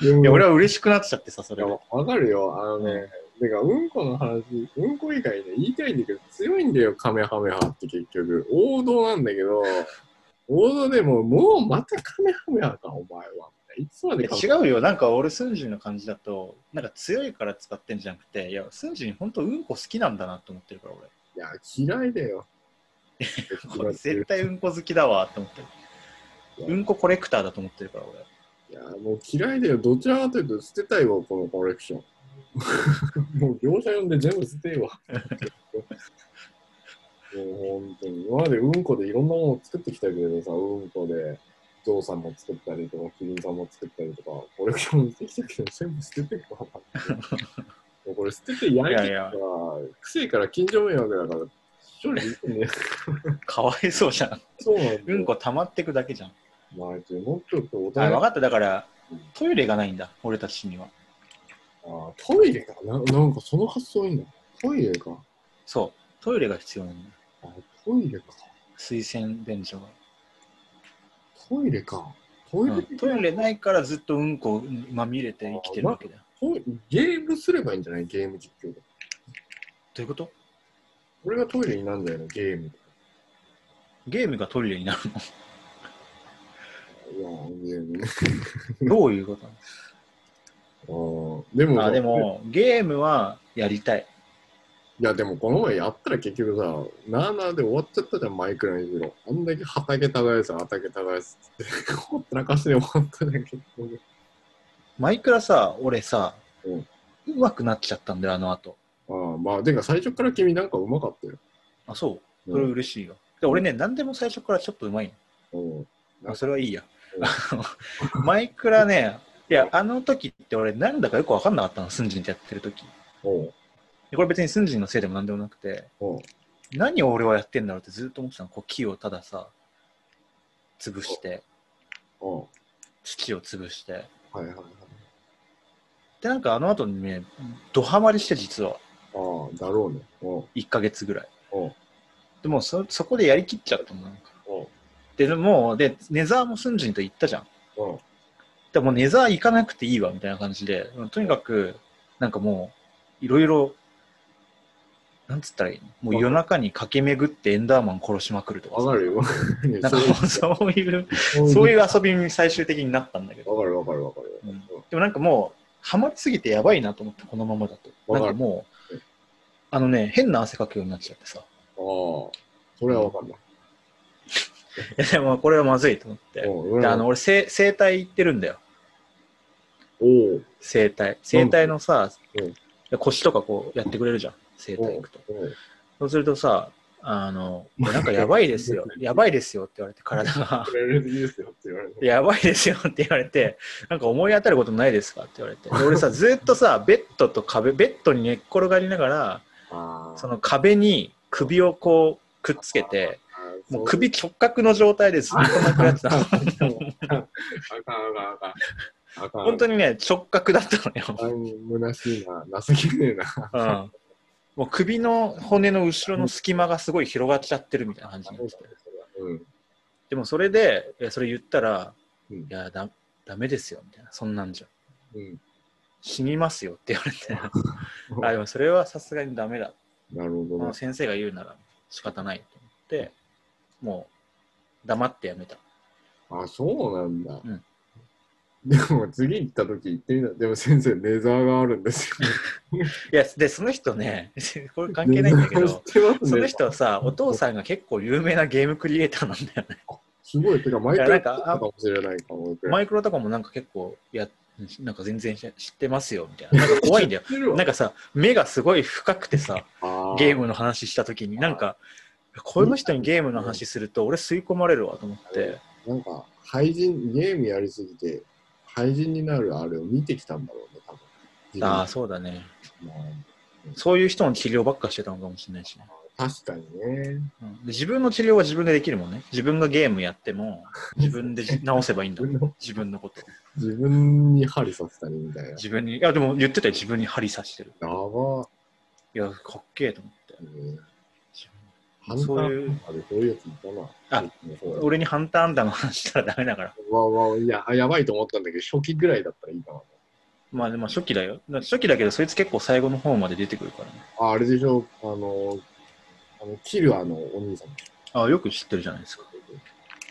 Speaker 1: でも
Speaker 2: いや、俺は嬉しくなっちゃってさ、そ
Speaker 1: い
Speaker 2: れ
Speaker 1: や
Speaker 2: は。
Speaker 1: わかるよ、あのね、てか、うんこの話、うんこ以外ね、言いたいんだけど、強いんだよ、カメハメハって結局。王道なんだけど、王道でも、もうまたカメハメハか、お前は。いつま
Speaker 2: い
Speaker 1: で
Speaker 2: や
Speaker 1: カメ
Speaker 2: 違うよ、なんか俺、スンジンの感じだと、なんか強いから使ってんじゃなくて、いや、スンジン、本当、うんこ好きなんだなと思ってるから、
Speaker 1: いや、嫌いだよ。
Speaker 2: 俺。これ絶対うんこ好きだわと思ってる。うんこコレクターだと思ってるから、俺。
Speaker 1: いや、もう嫌いだよ。どちらかというと捨てたいわ、このコレクション。 もう業者呼んで全部捨てよわ。 もう本当に。今までうんこでいろんなものを作ってきたけれどさ、うんこで、ゾウさんも作ったりとか、キリンさんも作ったりとか、コレクションしてきたけど、全部捨ててるわ。 もうこれ捨ててやりき
Speaker 2: い
Speaker 1: った
Speaker 2: やいや
Speaker 1: ら、癖から近所迷惑だから、処理できね。
Speaker 2: かわいそうじゃん。
Speaker 1: そうなんだよ。
Speaker 2: うんこ溜まってくだけじゃん。
Speaker 1: まあ、ちょもうちょっとお
Speaker 2: あ
Speaker 1: 互い
Speaker 2: 分かった、だから、トイレがないんだ、俺たちには。
Speaker 1: あートイレかななんかその発想いいんだ。トイレか。
Speaker 2: そう、トイレが必要なんだ。
Speaker 1: あトイレか。
Speaker 2: 水洗便所が。
Speaker 1: トイレか。トイレ、
Speaker 2: うんトイレないからずっとうんこまみれて生きてるわけだよ。
Speaker 1: トイゲームすればいいんじゃないゲーム実況で。
Speaker 2: どういうこと
Speaker 1: 俺がトイレになるんだよね、ゲーム。
Speaker 2: ゲームがトイレになる
Speaker 1: いやー、ゲームね。
Speaker 2: のどういうこと
Speaker 1: あーでも
Speaker 2: あで、も、ゲームはやりたい。
Speaker 1: いや、でもこの前やったら結局さ、なあなあで終わっちゃったじゃん、マイクラにしろ。あんだけ畑耕す、畑耕すって、ほったらかしで終わったね、結局。
Speaker 2: マイクラさ、俺さ、
Speaker 1: う
Speaker 2: うんまくなっちゃったんだよ、あの後。
Speaker 1: ああ、まあ、てか最初から君なんかうまかったよ。
Speaker 2: あ、そう。
Speaker 1: うん
Speaker 2: それ嬉しいよ。で俺ね、何でも最初からちょっとうまい
Speaker 1: うん。
Speaker 2: の。あそれはいいや
Speaker 1: う。ん
Speaker 2: あのマイクラね、いや、あの時って俺、なんだかよくわかんなかったの、スンジンとやってる時。
Speaker 1: おう
Speaker 2: でこれ別にスンジンのせいでもなんでもなくて、
Speaker 1: おう
Speaker 2: 何を俺はやってんだろうってずっと思ってたの。こう木をたださ、潰して、
Speaker 1: おう
Speaker 2: 土を潰して。
Speaker 1: はいはいはい。
Speaker 2: で、なんかあの後にね、ドハマりして実は、
Speaker 1: ああ、だろうね。おう
Speaker 2: 1ヶ月ぐらい。
Speaker 1: おう
Speaker 2: でもそ、そこでやりきっちゃったの。なんか
Speaker 1: おう
Speaker 2: で、もう、で、ネザーもスンジンと行ったじゃん。
Speaker 1: おう
Speaker 2: でもうネザー行かなくていいわ、みたいな感じで、とにかく、なんかもう、いろいろ、なんつったらいいのもう夜中に駆け巡ってエンダーマン殺しまくるとか
Speaker 1: わ
Speaker 2: さ
Speaker 1: かるよ。わかるよ
Speaker 2: なんかもうそういう、そういう遊びに最終的になったんだけど。
Speaker 1: わかるわかるわかる。
Speaker 2: うんでもなんかもう、ハマりすぎてやばいなと思って、このままだと。
Speaker 1: わ
Speaker 2: なん
Speaker 1: かる
Speaker 2: かもう、あのね、変な汗かくようになっちゃってさ。
Speaker 1: あ あ、それはわかんない。
Speaker 2: いや、でもこれはまずいと思って。
Speaker 1: うん
Speaker 2: であの、、俺、整整体行ってるんだよ。
Speaker 1: おう
Speaker 2: 整体。整体のさ、
Speaker 1: うん
Speaker 2: 腰とかこうやってくれるじゃん。整体行くと。
Speaker 1: おう
Speaker 2: そうするとさ、あの、なんかやばいですよ。 やばいですよって言われて、体が
Speaker 1: こ。れですよって言われて。
Speaker 2: やばいですよって言われて、 なんか思い当たることないですかって言われて。で俺さ、ずっとさ、ベッドと壁、ベッドに寝っ転がりながら、
Speaker 1: ああ
Speaker 2: その壁に首をこうくっつけて、もう首直角の状態でずっとなくなってた。
Speaker 1: あかんあかんあかん。
Speaker 2: 本当にね、直角だったのよ。
Speaker 1: に。虚しいな。情けねえな。
Speaker 2: うん。もう首の骨の後ろの隙間がすごい広がっちゃってるみたいな感じになってて。
Speaker 1: うん。
Speaker 2: でもそれで、いやそれ言ったら、
Speaker 1: うん
Speaker 2: いやだ、ダメですよ、みたいな。そんなんじゃ。
Speaker 1: うん。
Speaker 2: 死にますよって言わ れて。あ、でもそれはさすがにダメだ。
Speaker 1: なるほ
Speaker 2: こ
Speaker 1: ど
Speaker 2: の。先生が言うなら仕方ないと思って、もう黙ってやめた。
Speaker 1: あ、そうなんだ。
Speaker 2: うん
Speaker 1: でも次行った時行ってみた。でも先生、レザーがあるんですよ。
Speaker 2: いや、で、その人ね、 これ関係ないんだけ
Speaker 1: レザー知、
Speaker 2: ど
Speaker 1: ってますね
Speaker 2: その人はさ、お父さんが結構有名なゲームクリエイターなんだよね。
Speaker 1: すごい、てか、毎回
Speaker 2: いや
Speaker 1: やっ
Speaker 2: なんか
Speaker 1: たかもしれないかも。
Speaker 2: マイクロとかもなんか結構、いや、なんか全然知ってますよ、みたい な。なんか怖いんだよ。なんかさ、目がすごい深くてさ、ゲー
Speaker 1: ム
Speaker 2: ムの話したときに、なんか、この人にゲームの話すると、俺吸い込まれるわと思って、
Speaker 1: なんか、廃人、ゲームやりすぎて、廃人になるあれを見てきたんだろうね、多分。
Speaker 2: ああ、そうだね。
Speaker 1: まあ
Speaker 2: そういう人の治療ばっかしてたのかもしれないしね、
Speaker 1: 確かにね。
Speaker 2: うんで自分の治療は自分でできるもんね。自分がゲームやっても、自 分で治せばいいんだもん。
Speaker 1: 自分の
Speaker 2: 自分のこと。
Speaker 1: 自分に針刺したりみたいな。
Speaker 2: 自分に、いや、でも言ってたよ。自分に針刺してる。
Speaker 1: やば。
Speaker 2: いや、かっけえと思って。
Speaker 1: うん
Speaker 2: 自
Speaker 1: ハンター
Speaker 2: そういう
Speaker 1: あれ、そういうやついたな。
Speaker 2: あ
Speaker 1: そう
Speaker 2: 分
Speaker 1: だ
Speaker 2: 俺にハンターアンダーの話したらダメだから。
Speaker 1: わわいや、あやばいと思ったんだけど、初期ぐらいだったらいいかな。
Speaker 2: まあでも初期だよ。だ初期だけど、そいつ結構最後の方まで出てくるからね。
Speaker 1: ああれでしょ、あの、あのキルアのお兄さん。
Speaker 2: あよく知ってるじゃないですか。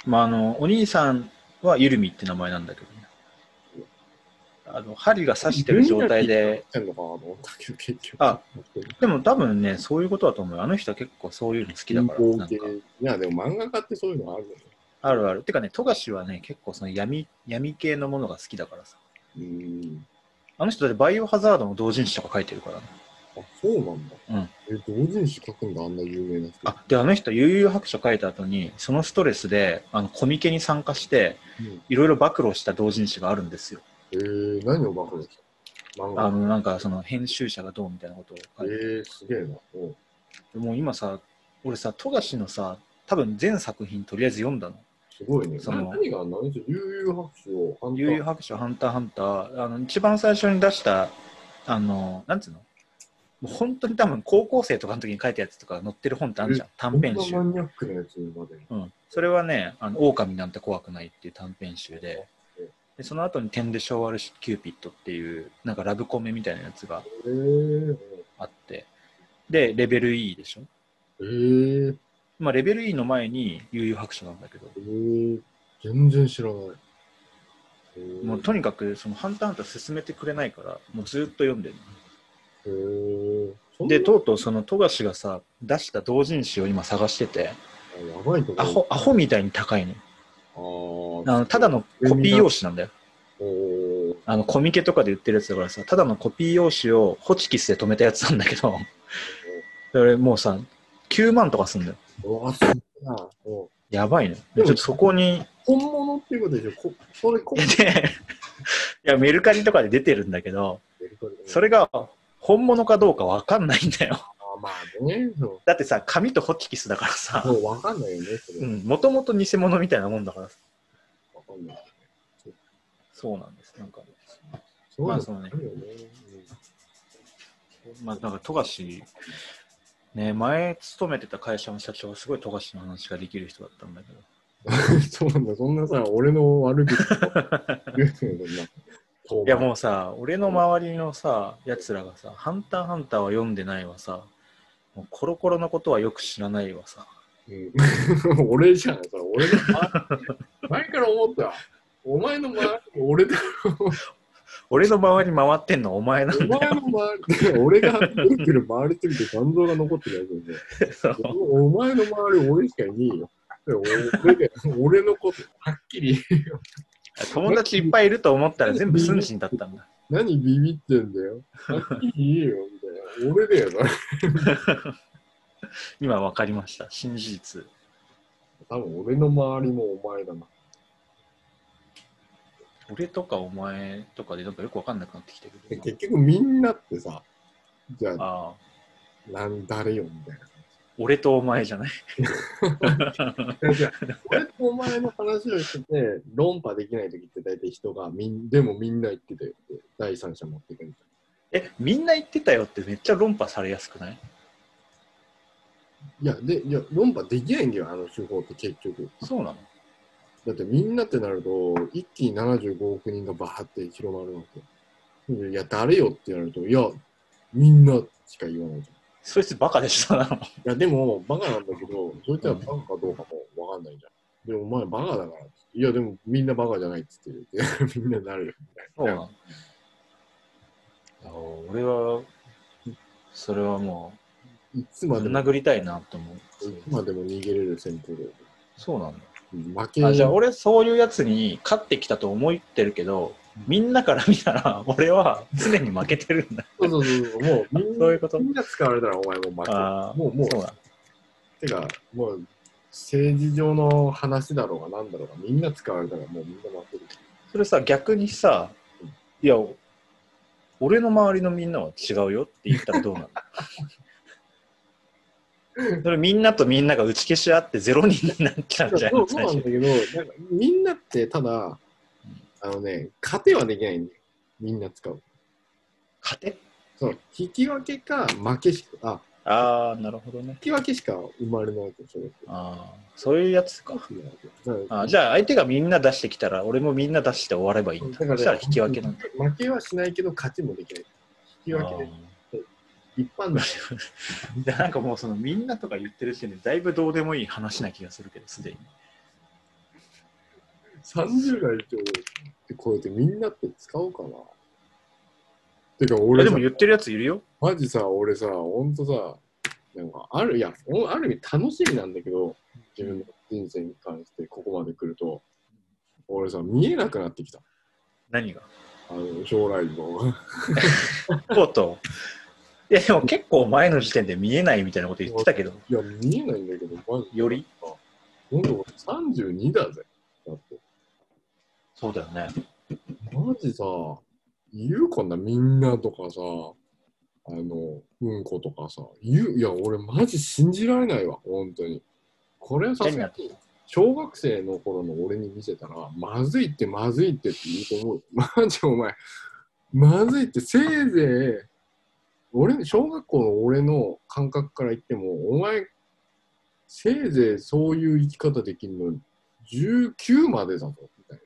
Speaker 2: まああの、お兄さんはゆるみって名前なんだけどね。あの、針が刺してる状態で、
Speaker 1: やってんのかなと思ったけど、結局。
Speaker 2: あ、でも多分ね、そういうことだと思うよ。あの人は結構そういうの好きだ
Speaker 1: 銀
Speaker 2: から。
Speaker 1: 行
Speaker 2: なん
Speaker 1: 系。
Speaker 2: か
Speaker 1: いや、でも漫画家ってそういうのあるよね。
Speaker 2: あるある。てかね、富樫はね、結構その闇、闇系のものが好きだからさ。
Speaker 1: うん。
Speaker 2: あの人だってバイオハザードの同人誌とか書いてるからね。
Speaker 1: あ、そうなんだ。
Speaker 2: うん
Speaker 1: え、同人誌書くんだ、あんな有名な人。
Speaker 2: あ、で、あの人、悠々白書書いた後に、そのストレスで、あの、コミケに参加して、
Speaker 1: うん、
Speaker 2: いろいろ暴露した同人誌があるんですよ。
Speaker 1: えー、何をバカにした漫
Speaker 2: あ
Speaker 1: 画。
Speaker 2: の、なんか、その、編集者がどうみたいなことを
Speaker 1: え
Speaker 2: 書いて。
Speaker 1: ー、すげえな。うん
Speaker 2: もう今さ、俺さ、富樫のさ、多分全作品とりあえず読んだの。
Speaker 1: すごいね。
Speaker 2: その
Speaker 1: 何が何でしょう、悠々白書を、ハンター
Speaker 2: 悠々白書、ハンターハンター、あの、一番最初に出した、あの、なんつうのもう本当に多分高校生とかの時に書いたやつとか載ってる本ってあるじゃん。短編
Speaker 1: こんな
Speaker 2: 集。
Speaker 1: マニアックなやつまで。
Speaker 2: うん。それはね、あの、狼なんて怖くないっていう短編集で
Speaker 1: うん、
Speaker 2: でその後に点で昭和るしキューピットっていう、なんかラブコメみたいなやつが
Speaker 1: えー、
Speaker 2: あって、で、レベル E でしょ。
Speaker 1: えー、
Speaker 2: まあ、レベル E の前に悠々白書なんだけど、
Speaker 1: えー、全然知らない。えー、
Speaker 2: もうとにかく、その、ハンターハンター進めてくれないから、もうずっと読んでる。
Speaker 1: えー、そんな
Speaker 2: で、とうとうその富樫がさ、出した同人誌を今探してて、
Speaker 1: やばいとこ
Speaker 2: アホ、アホみたいに高いのよ。
Speaker 1: あー
Speaker 2: あの、ただのコピー用紙なんだよ。
Speaker 1: おー
Speaker 2: あの、コミケとかで売ってるやつだからさ、ただのコピー用紙をホチキスで止めたやつなんだけど、それもうさ、9万とかすんだよ。
Speaker 1: うわすげえなうん
Speaker 2: やばいね。でちょっとそこに、
Speaker 1: 本物っていうことでしょこそれこ
Speaker 2: で、いや、メルカリとかで出てるんだけど、それが本物かどうかわかんないんだよ。
Speaker 1: あまあねそう
Speaker 2: だってさ、紙とホチキスだからさ、
Speaker 1: もうわかんないよねそれ、
Speaker 2: うん、もともと偽物みたいなもんだからさ
Speaker 1: わかんない
Speaker 2: そうなんです。なんか、
Speaker 1: そう
Speaker 2: ま
Speaker 1: な
Speaker 2: あ
Speaker 1: ん
Speaker 2: そうね
Speaker 1: あるよね
Speaker 2: まあ、な んか富樫、ね、前勤めてた会社の社長はすごい富�asi の話ができる人だったんだけ
Speaker 1: う
Speaker 2: ど、
Speaker 1: んそうなんだそんなさ俺の 悪口言うてんのな
Speaker 2: いやもうさ、俺の周りのさ、やつらがさ、ハンターハンターは読んでないわさ、もうコロコロのことはよく知らないわさ、
Speaker 1: うん 俺じゃん、それ俺の周り前から思った。お前の周り、俺だ。
Speaker 2: 俺の周り回ってんのはお前な
Speaker 1: お
Speaker 2: んだ
Speaker 1: 前の周り、俺がくるくる回りすぎて残像が残ってるやつで。
Speaker 2: けど、
Speaker 1: お前の周り、俺しかいねえよ。俺で俺のこと、はっきり、
Speaker 2: 友達いっぱいいると思ったら全部寸心だったんだ。
Speaker 1: 何ビビってんだよ。はっきり言えよ、みたいな。俺だよな。
Speaker 2: 今わかりました。新事実。
Speaker 1: 多分俺の周りもお前だな。
Speaker 2: 俺とかお前とかでなんかよくわかんなくなってきてるけ
Speaker 1: で
Speaker 2: ど。
Speaker 1: 結局みんなってさ、じゃあ、
Speaker 2: ああ、
Speaker 1: なん誰よ、みたいな。
Speaker 2: 俺とお前じゃ ない。
Speaker 1: いや俺とお前の話をしてて、論破できないときって大体人がみん、でもみんな言ってたよって、第三者持ってくるみたい
Speaker 2: え、みんな言ってたよってめっちゃ論破されやすくない
Speaker 1: な。いや、で、いや、論破できないんだよ、あの手法って結局。
Speaker 2: そうなの
Speaker 1: だってみんなってなると、一気に75億人がバーって広まるわけ。いや、誰よって言われると、いや、みんなしか言わないじ
Speaker 2: そいつバカでしたな。
Speaker 1: ゃん。いや、でも、バカなんだけど、そいつはバカかどうかもわかんないじゃん。でも、お前バカだからって。いや、でも、みんなバカじゃないって言ってる。いや みんななるよ。
Speaker 2: そうなのあ俺は、それはも
Speaker 1: いつ
Speaker 2: う、
Speaker 1: までも
Speaker 2: 殴りたいなと思う。
Speaker 1: いつまでも逃げれる戦闘で。
Speaker 2: そうなん
Speaker 1: 負け
Speaker 2: だ。あじゃあ俺そういうやつに勝ってきたと思ってるけど、みんなから見たら俺は常に負けてるんだ。
Speaker 1: そうそうそうそう、もうみんな
Speaker 2: そういうこと
Speaker 1: みんな使われたらお前も負け
Speaker 2: あー
Speaker 1: もう、もう
Speaker 2: そう、なの
Speaker 1: てか、もう政治上の話だろうがなんだろうが、みんな使われたらもうみんな負ける。
Speaker 2: それさ、逆にさ、いや、俺の周りのみんなは違うよって言ったらど うなるそれみんなとみんなが打ち消し合ってゼロ人になっちゃうんじゃない
Speaker 1: そう
Speaker 2: の
Speaker 1: そうなんだ
Speaker 2: 最初
Speaker 1: けど、なんかみんなってただ、あのね、勝てはできないんだよ。みんな使う。
Speaker 2: 勝て
Speaker 1: そう、引き分けか負けしか、あ、
Speaker 2: ああなるほどね
Speaker 1: 引き分けしか生まれないとそれって
Speaker 2: ああそういうやつか
Speaker 1: だか
Speaker 2: あーじゃあ相手がみんな出してきたら俺もみんな出して終わればいいんだ
Speaker 1: だから
Speaker 2: そしたら引き分けなんだ
Speaker 1: ら負けはしないけど勝ちもできない。引き分けで一般の
Speaker 2: じゃあなんかもうそのみんなとか言ってる時点でだいぶどうでもいい話な気がするけどすでに
Speaker 1: 30代って超えてみんなって使うかなてか
Speaker 2: いや
Speaker 1: 俺
Speaker 2: で
Speaker 1: さ
Speaker 2: も言ってるやついるよ
Speaker 1: マジさ、俺さ、ほんとさ、なんかある、いや、おある意味楽しみなんだけど、自分の人生に関してここまで来ると、俺さ、見えなくなってきた。
Speaker 2: 何が
Speaker 1: あの将来の。
Speaker 2: コートいやでも結構前の時点で見えないみたいなこと言ってたけど
Speaker 1: いや、見えないんだけど、マジ
Speaker 2: より
Speaker 1: 今度32だぜ。だって。
Speaker 2: そうだよね
Speaker 1: マジさ、言うこんなみんなとかさ、あの、うんことかさ、言う、いや、俺マジ信じられないわ、本当に。これはさすがに、小学生の頃の俺に見せたら、まずいってまずいってって言うと思う。マジお前、まずいってせいぜい、俺、小学校の俺の感覚から言っても、お前、せいぜいそういう生き方できるの19までだぞ、みたいな。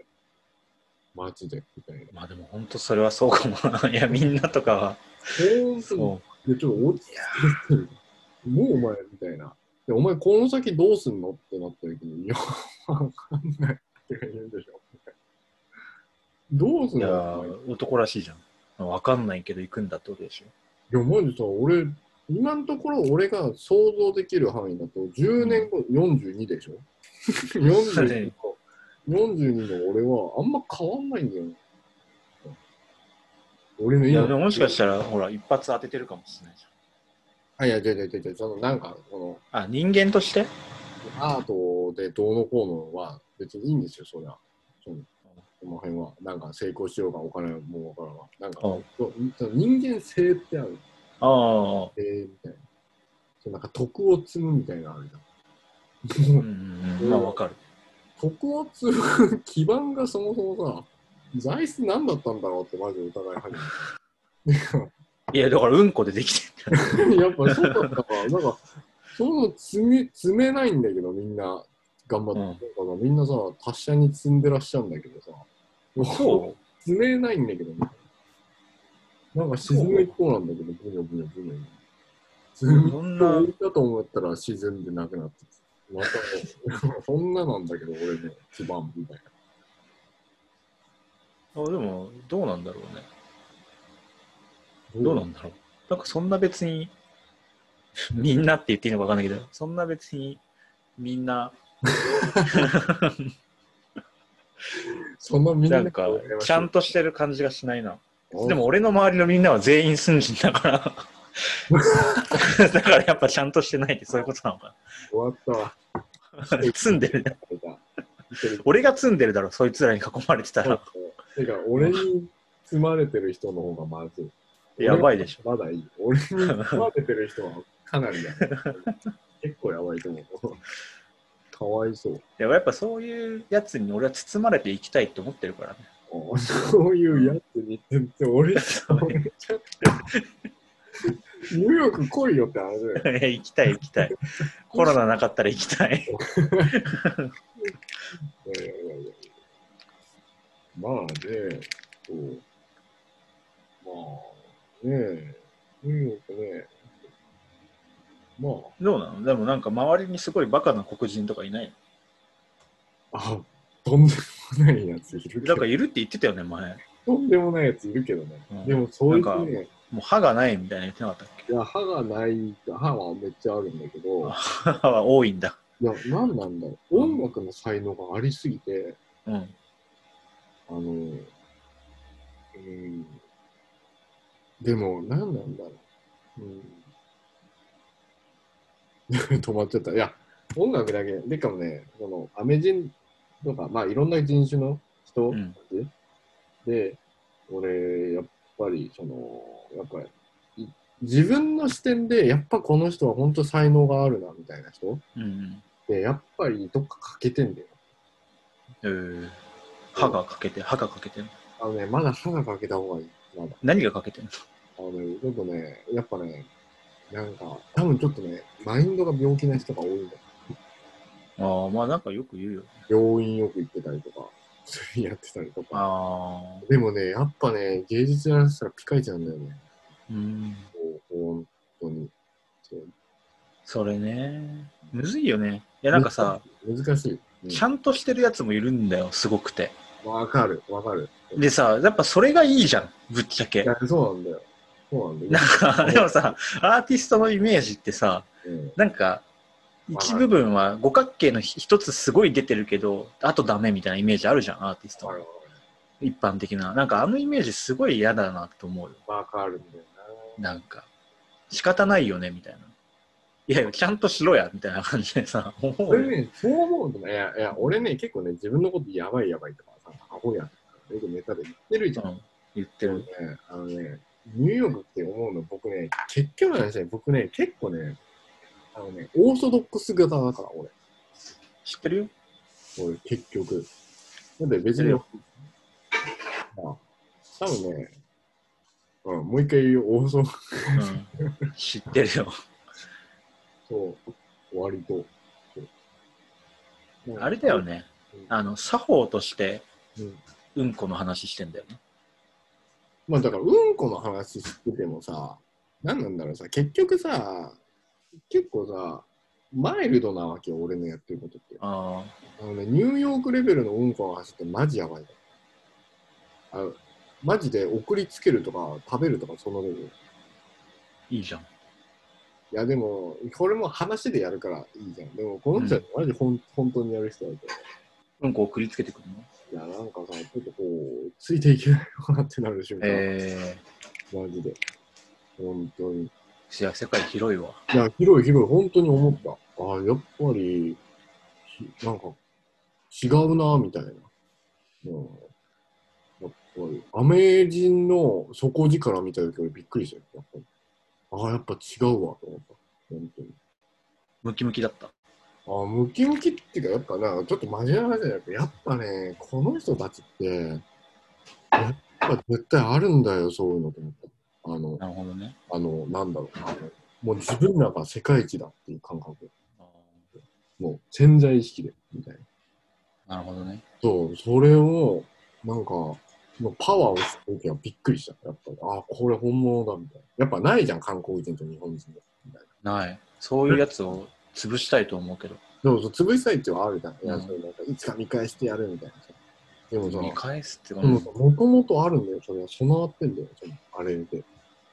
Speaker 1: マジで、みたいな。
Speaker 2: まあでも本当それはそうかもいやみんなとかは
Speaker 1: 本当に
Speaker 2: そ
Speaker 1: でちょっと落ち着いてるもうお前みたいな。で、お前この先どうすんのってなった時に、いや、わかんないって言うでしょ。どうす
Speaker 2: うんいや
Speaker 1: のい
Speaker 2: ー男らしいじゃんわかんないけど行くんだってことでしょ
Speaker 1: や、マジさ、俺、今のところ俺が想像できる範囲だと、10年後42でしょ ?42 の、42の俺はあんま変わんないんだよね。俺の
Speaker 2: いや
Speaker 1: 今
Speaker 2: でももしかしたらほら一発当ててるかもしれないじ
Speaker 1: あ、いや、違う違う違う違う、そのなんか、この、
Speaker 2: ゃんあ人間として
Speaker 1: アートでどうのこうのは別にいいんですよ、そりゃ。そのその辺は、なんか成功しようがお金もわからんわ。なんか、
Speaker 2: うん
Speaker 1: そうその人間性ってある。
Speaker 2: ああ
Speaker 1: えー、みたいな。そうなんか徳を積むみたいなのあるじゃん。
Speaker 2: う
Speaker 1: も
Speaker 2: ん
Speaker 1: う
Speaker 2: うんうんまあわかる
Speaker 1: 徳を積む基盤がそもそもさ、材質何だったんだろうってマジでお互い入る。
Speaker 2: いやだからうんこでできてる
Speaker 1: やっぱそうだったから、なんか、その積み積めないんだけど、みんな頑張って、
Speaker 2: うん
Speaker 1: なんかみんなさ、達者に積んでらっしゃるんだけどさ、
Speaker 2: そう
Speaker 1: 積めないんだけど、ね、なんか沈む一方なんだけど、ブニョブニョブニョ。ずっ
Speaker 2: そん
Speaker 1: と
Speaker 2: な
Speaker 1: 置いたと思ったら沈んでなくなってきてまたもう、そんななんだけど、俺の基盤みたいな。
Speaker 2: あでもどうなんだろうねどうなんだろうなんかそんな別に みんなって言っていいのかわかんないけどそんな別にみんな
Speaker 1: そのみん
Speaker 2: な
Speaker 1: なん
Speaker 2: か
Speaker 1: と俺は
Speaker 2: ちゃんとしてる感じがしないな
Speaker 1: お
Speaker 2: でも俺の周りのみんなは全員寸人だ からだからやっぱちゃんとしてないってそういうことなのか
Speaker 1: 終わったわ。
Speaker 2: な積んでるね
Speaker 1: 出た出てる
Speaker 2: 俺が積んでるだろそいつらに囲まれてたら
Speaker 1: てか、俺に積まれてる人の方がまずい。
Speaker 2: やばいでしょ
Speaker 1: まだいい。俺に積まれてる人はかなりやばい。結構やばいと思う。かわいそう。
Speaker 2: でもやっぱそういうやつに俺は包まれていきたいって思ってるからね
Speaker 1: あそういうやつに全然俺、ニューヨーク来いよって話だよ。
Speaker 2: いや行きたい行き たいコロナなかったら行きたい
Speaker 1: いやいやいやいやまあね、そう。まあね、ニューヨークね、まあ、
Speaker 2: どうなのでもなんか周りにすごいバカな黒人とかいない
Speaker 1: あ、とんでもないやついるけ
Speaker 2: なんか
Speaker 1: ど、
Speaker 2: いるって言ってたよね前
Speaker 1: とんでもないやついるけどね。
Speaker 2: うん
Speaker 1: でもそうい
Speaker 2: な
Speaker 1: うんね、
Speaker 2: もう歯がないみたいな言ってなかったっ
Speaker 1: いや歯がない、歯はめっちゃあるんだけど
Speaker 2: あ、け歯は多いんだ
Speaker 1: いや、なんなんだろう。音楽の才能がありすぎて、
Speaker 2: うん
Speaker 1: あの、うん、でも、なんなんだろう。うん、 止まっちゃった。いや、音楽だけ、でかもね、その、アメ人とか、まあ、いろんな人種の人、
Speaker 2: うん
Speaker 1: で、俺、やっぱりそのやっぱりい自分の視点でやっぱこの人は本当才能があるなみたいな人
Speaker 2: うん
Speaker 1: でやっぱりどっか欠けてんだよ
Speaker 2: うん。えー歯が欠けて、歯が欠けてる。
Speaker 1: あのねまだ歯が欠けた方がいいまだ
Speaker 2: 何が欠けてるの
Speaker 1: あのねちょっとねやっぱねなんか多分ちょっとねマインドが病気な人が多いんだよ
Speaker 2: ああ、まあなんかよく言うよ。
Speaker 1: 病院よく行ってたりとか薬やってたりとか
Speaker 2: ああ、
Speaker 1: でもねやっぱね芸術やらせたらピカイチなんだよね
Speaker 2: うん。
Speaker 1: こう本当にそう
Speaker 2: それね。むずいよね。いやなんかさ、
Speaker 1: 難しい、うん
Speaker 2: ちゃんとしてるやつもいるんだよ、すごくて。
Speaker 1: わかる、わかる。
Speaker 2: でさ、やっぱそれがいいじゃん、ぶっちゃ
Speaker 1: い
Speaker 2: け。
Speaker 1: やそうなんだよ。そうなんだ
Speaker 2: なん
Speaker 1: よ。
Speaker 2: か、 でもさ、アーティストのイメージってさ、
Speaker 1: うん
Speaker 2: なんか、一部分は五角形の一つすごい出てるけど、あとダメみたいなイメージあるじゃん、アーティスト
Speaker 1: わか
Speaker 2: の。
Speaker 1: る
Speaker 2: 一般的な。なんかあのイメージすごい嫌だなと思うよ。
Speaker 1: わかるんだよ
Speaker 2: なんか、仕方ないよね、みたいな。いやいや、ちゃんとしろや、みたいな感じで さ、思
Speaker 1: な。
Speaker 2: うよ
Speaker 1: 俺ね、そう思うとね、いや、いや俺ね、結構ね、自分のことやばいやばいとかさ、アホやんよくネタで言ってるじゃん。
Speaker 2: うん言ってる。
Speaker 1: でもね、あのね、ニューヨークって思うの、僕ね、結局の話ね、僕ね、結構ね、あのね、オーソドックス型だから、俺。
Speaker 2: 知ってるよ
Speaker 1: 俺、結局。だって別に、まあ、多分ね、うん、もう一回言うよ、オーソ
Speaker 2: うん。知ってるよ。
Speaker 1: そう、割と。そう
Speaker 2: あれだよ。ね。あの、作法として、
Speaker 1: うん
Speaker 2: うんこの話してんだよね。
Speaker 1: まあだから、うんこの話しててもさ、何なんだろうさ、結局さ、結構さ、マイルドなわけよ、俺のやってることって。
Speaker 2: あ
Speaker 1: あのね、ニューヨークレベルのうんこの話ってマジやばいからあのマジで送りつけるとか食べるとかそのレベル。い
Speaker 2: あ、いいじゃん。
Speaker 1: やでも、これも話でやるからいいじゃん。でも、この人はマジほん、本当にやる人だと。
Speaker 2: うんこ送りつけてくるの
Speaker 1: いや、なんかさ、ちょっとこう、ついていけないのかなってなる瞬間。
Speaker 2: え
Speaker 1: マジで。本当に。い
Speaker 2: ー、いや、世界広いわ。
Speaker 1: や、広い広い、本当に思った。ああ、やっぱり、ひなんか、違うな、みたいな。うん。やっぱり、アメ人の底力見た時俺びっくりしたよ。やっぱりああ、やっぱ違うわ、と思った。本当に。
Speaker 2: ムキムキだった。
Speaker 1: ああ、ムキムキっていうか、やっぱなんかちょっと真面目な話だけど、やっぱね、この人たちって、やっぱ絶対あるんだよ、そういうのと思った。あの、
Speaker 2: なるほどね。
Speaker 1: あの、なんだろう、あのもう自分らが世界一だっていう感覚、
Speaker 2: あ
Speaker 1: もう潜在意識で、みたいな。
Speaker 2: ーなるほどね。
Speaker 1: そう、それを、なんか、もうパワーを知った時はびっくりした。やっぱり、ああ、これ本物だ、みたいな。やっぱないじゃん、韓国人と日本人で。みたいな。
Speaker 2: ない。そういうやつを潰したいと思うけど。
Speaker 1: そうそう、潰したいっていうのはあるじゃん。いや、
Speaker 2: うん
Speaker 1: それなんか、いつか見返してやるみたいなさ。でもさ、
Speaker 2: 見返すってこ
Speaker 1: で
Speaker 2: と、
Speaker 1: もさ、もともとあるんだよ、それは。備わってんだよ、その、あれで。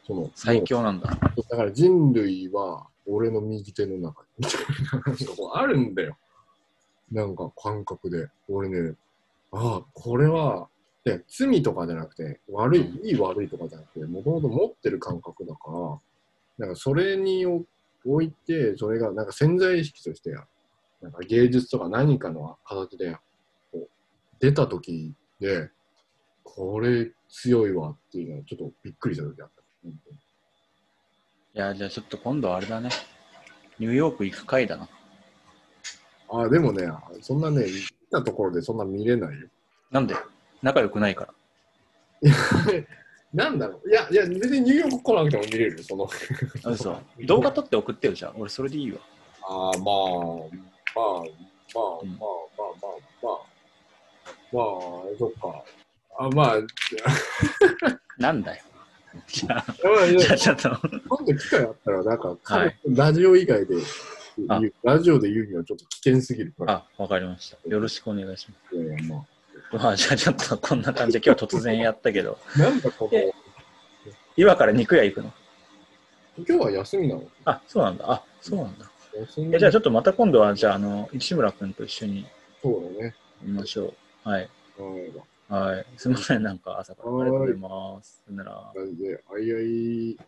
Speaker 1: その、
Speaker 2: 最強なんだ。
Speaker 1: だから人類は俺の右手の中にみたいななんかこうあるんだよ。なんか感覚で。俺ね、ああ、これは、で罪とかじゃなくて、悪い、いい悪いとかじゃなくて、もともと持ってる感覚だから、なんかそれにおおいて、それがなんか潜在意識として、なんか芸術とか何かの形でこう出た時で、これ強いわっていうのはちょっとびっくりした時あった。本当に
Speaker 2: いや、じゃあちょっと今度はあれだね。ニューヨーク行く回だな。
Speaker 1: あ、でもね、そんなね、行ったところでそんな見れないよ。
Speaker 2: なんで仲良くないから。
Speaker 1: なんだろういや、いや、別にニューヨーク来なくても見れるよ、その。
Speaker 2: あ嘘。動画撮って送ってよ、じゃあ。俺それでいいわ。
Speaker 1: ああ、まあ、まあ、まあ、
Speaker 2: うん
Speaker 1: まあ、まあ、まあ、まあ、まあ、そっか。あ、まあ、
Speaker 2: なんだよ。じゃあ、
Speaker 1: まあ、いや
Speaker 2: じゃあちょっと。
Speaker 1: 今度機会あったら、なんか、
Speaker 2: はい
Speaker 1: ラジオ以外で言う
Speaker 2: あ
Speaker 1: ラジオで言うにはちょっと危険すぎるから。
Speaker 2: あ、わかりました。よろしくお願いしま
Speaker 1: いやいやまあ
Speaker 2: す。まあ、じゃあちょっとこんな感じで今日は突然やったけど、
Speaker 1: なんだここ、
Speaker 2: え今から肉屋行くの
Speaker 1: 今日は休みなの
Speaker 2: あ、そうなんだ。あ、そうなんだ。
Speaker 1: 休み
Speaker 2: えじゃあちょっとまた今度は、じゃあ、あの、市村君と一緒に
Speaker 1: そうだね。
Speaker 2: 見ましょう。はい。
Speaker 1: うん
Speaker 2: はい。すみません、なんか朝からありがとうございます。さよなら。
Speaker 1: 感じで、あいあい。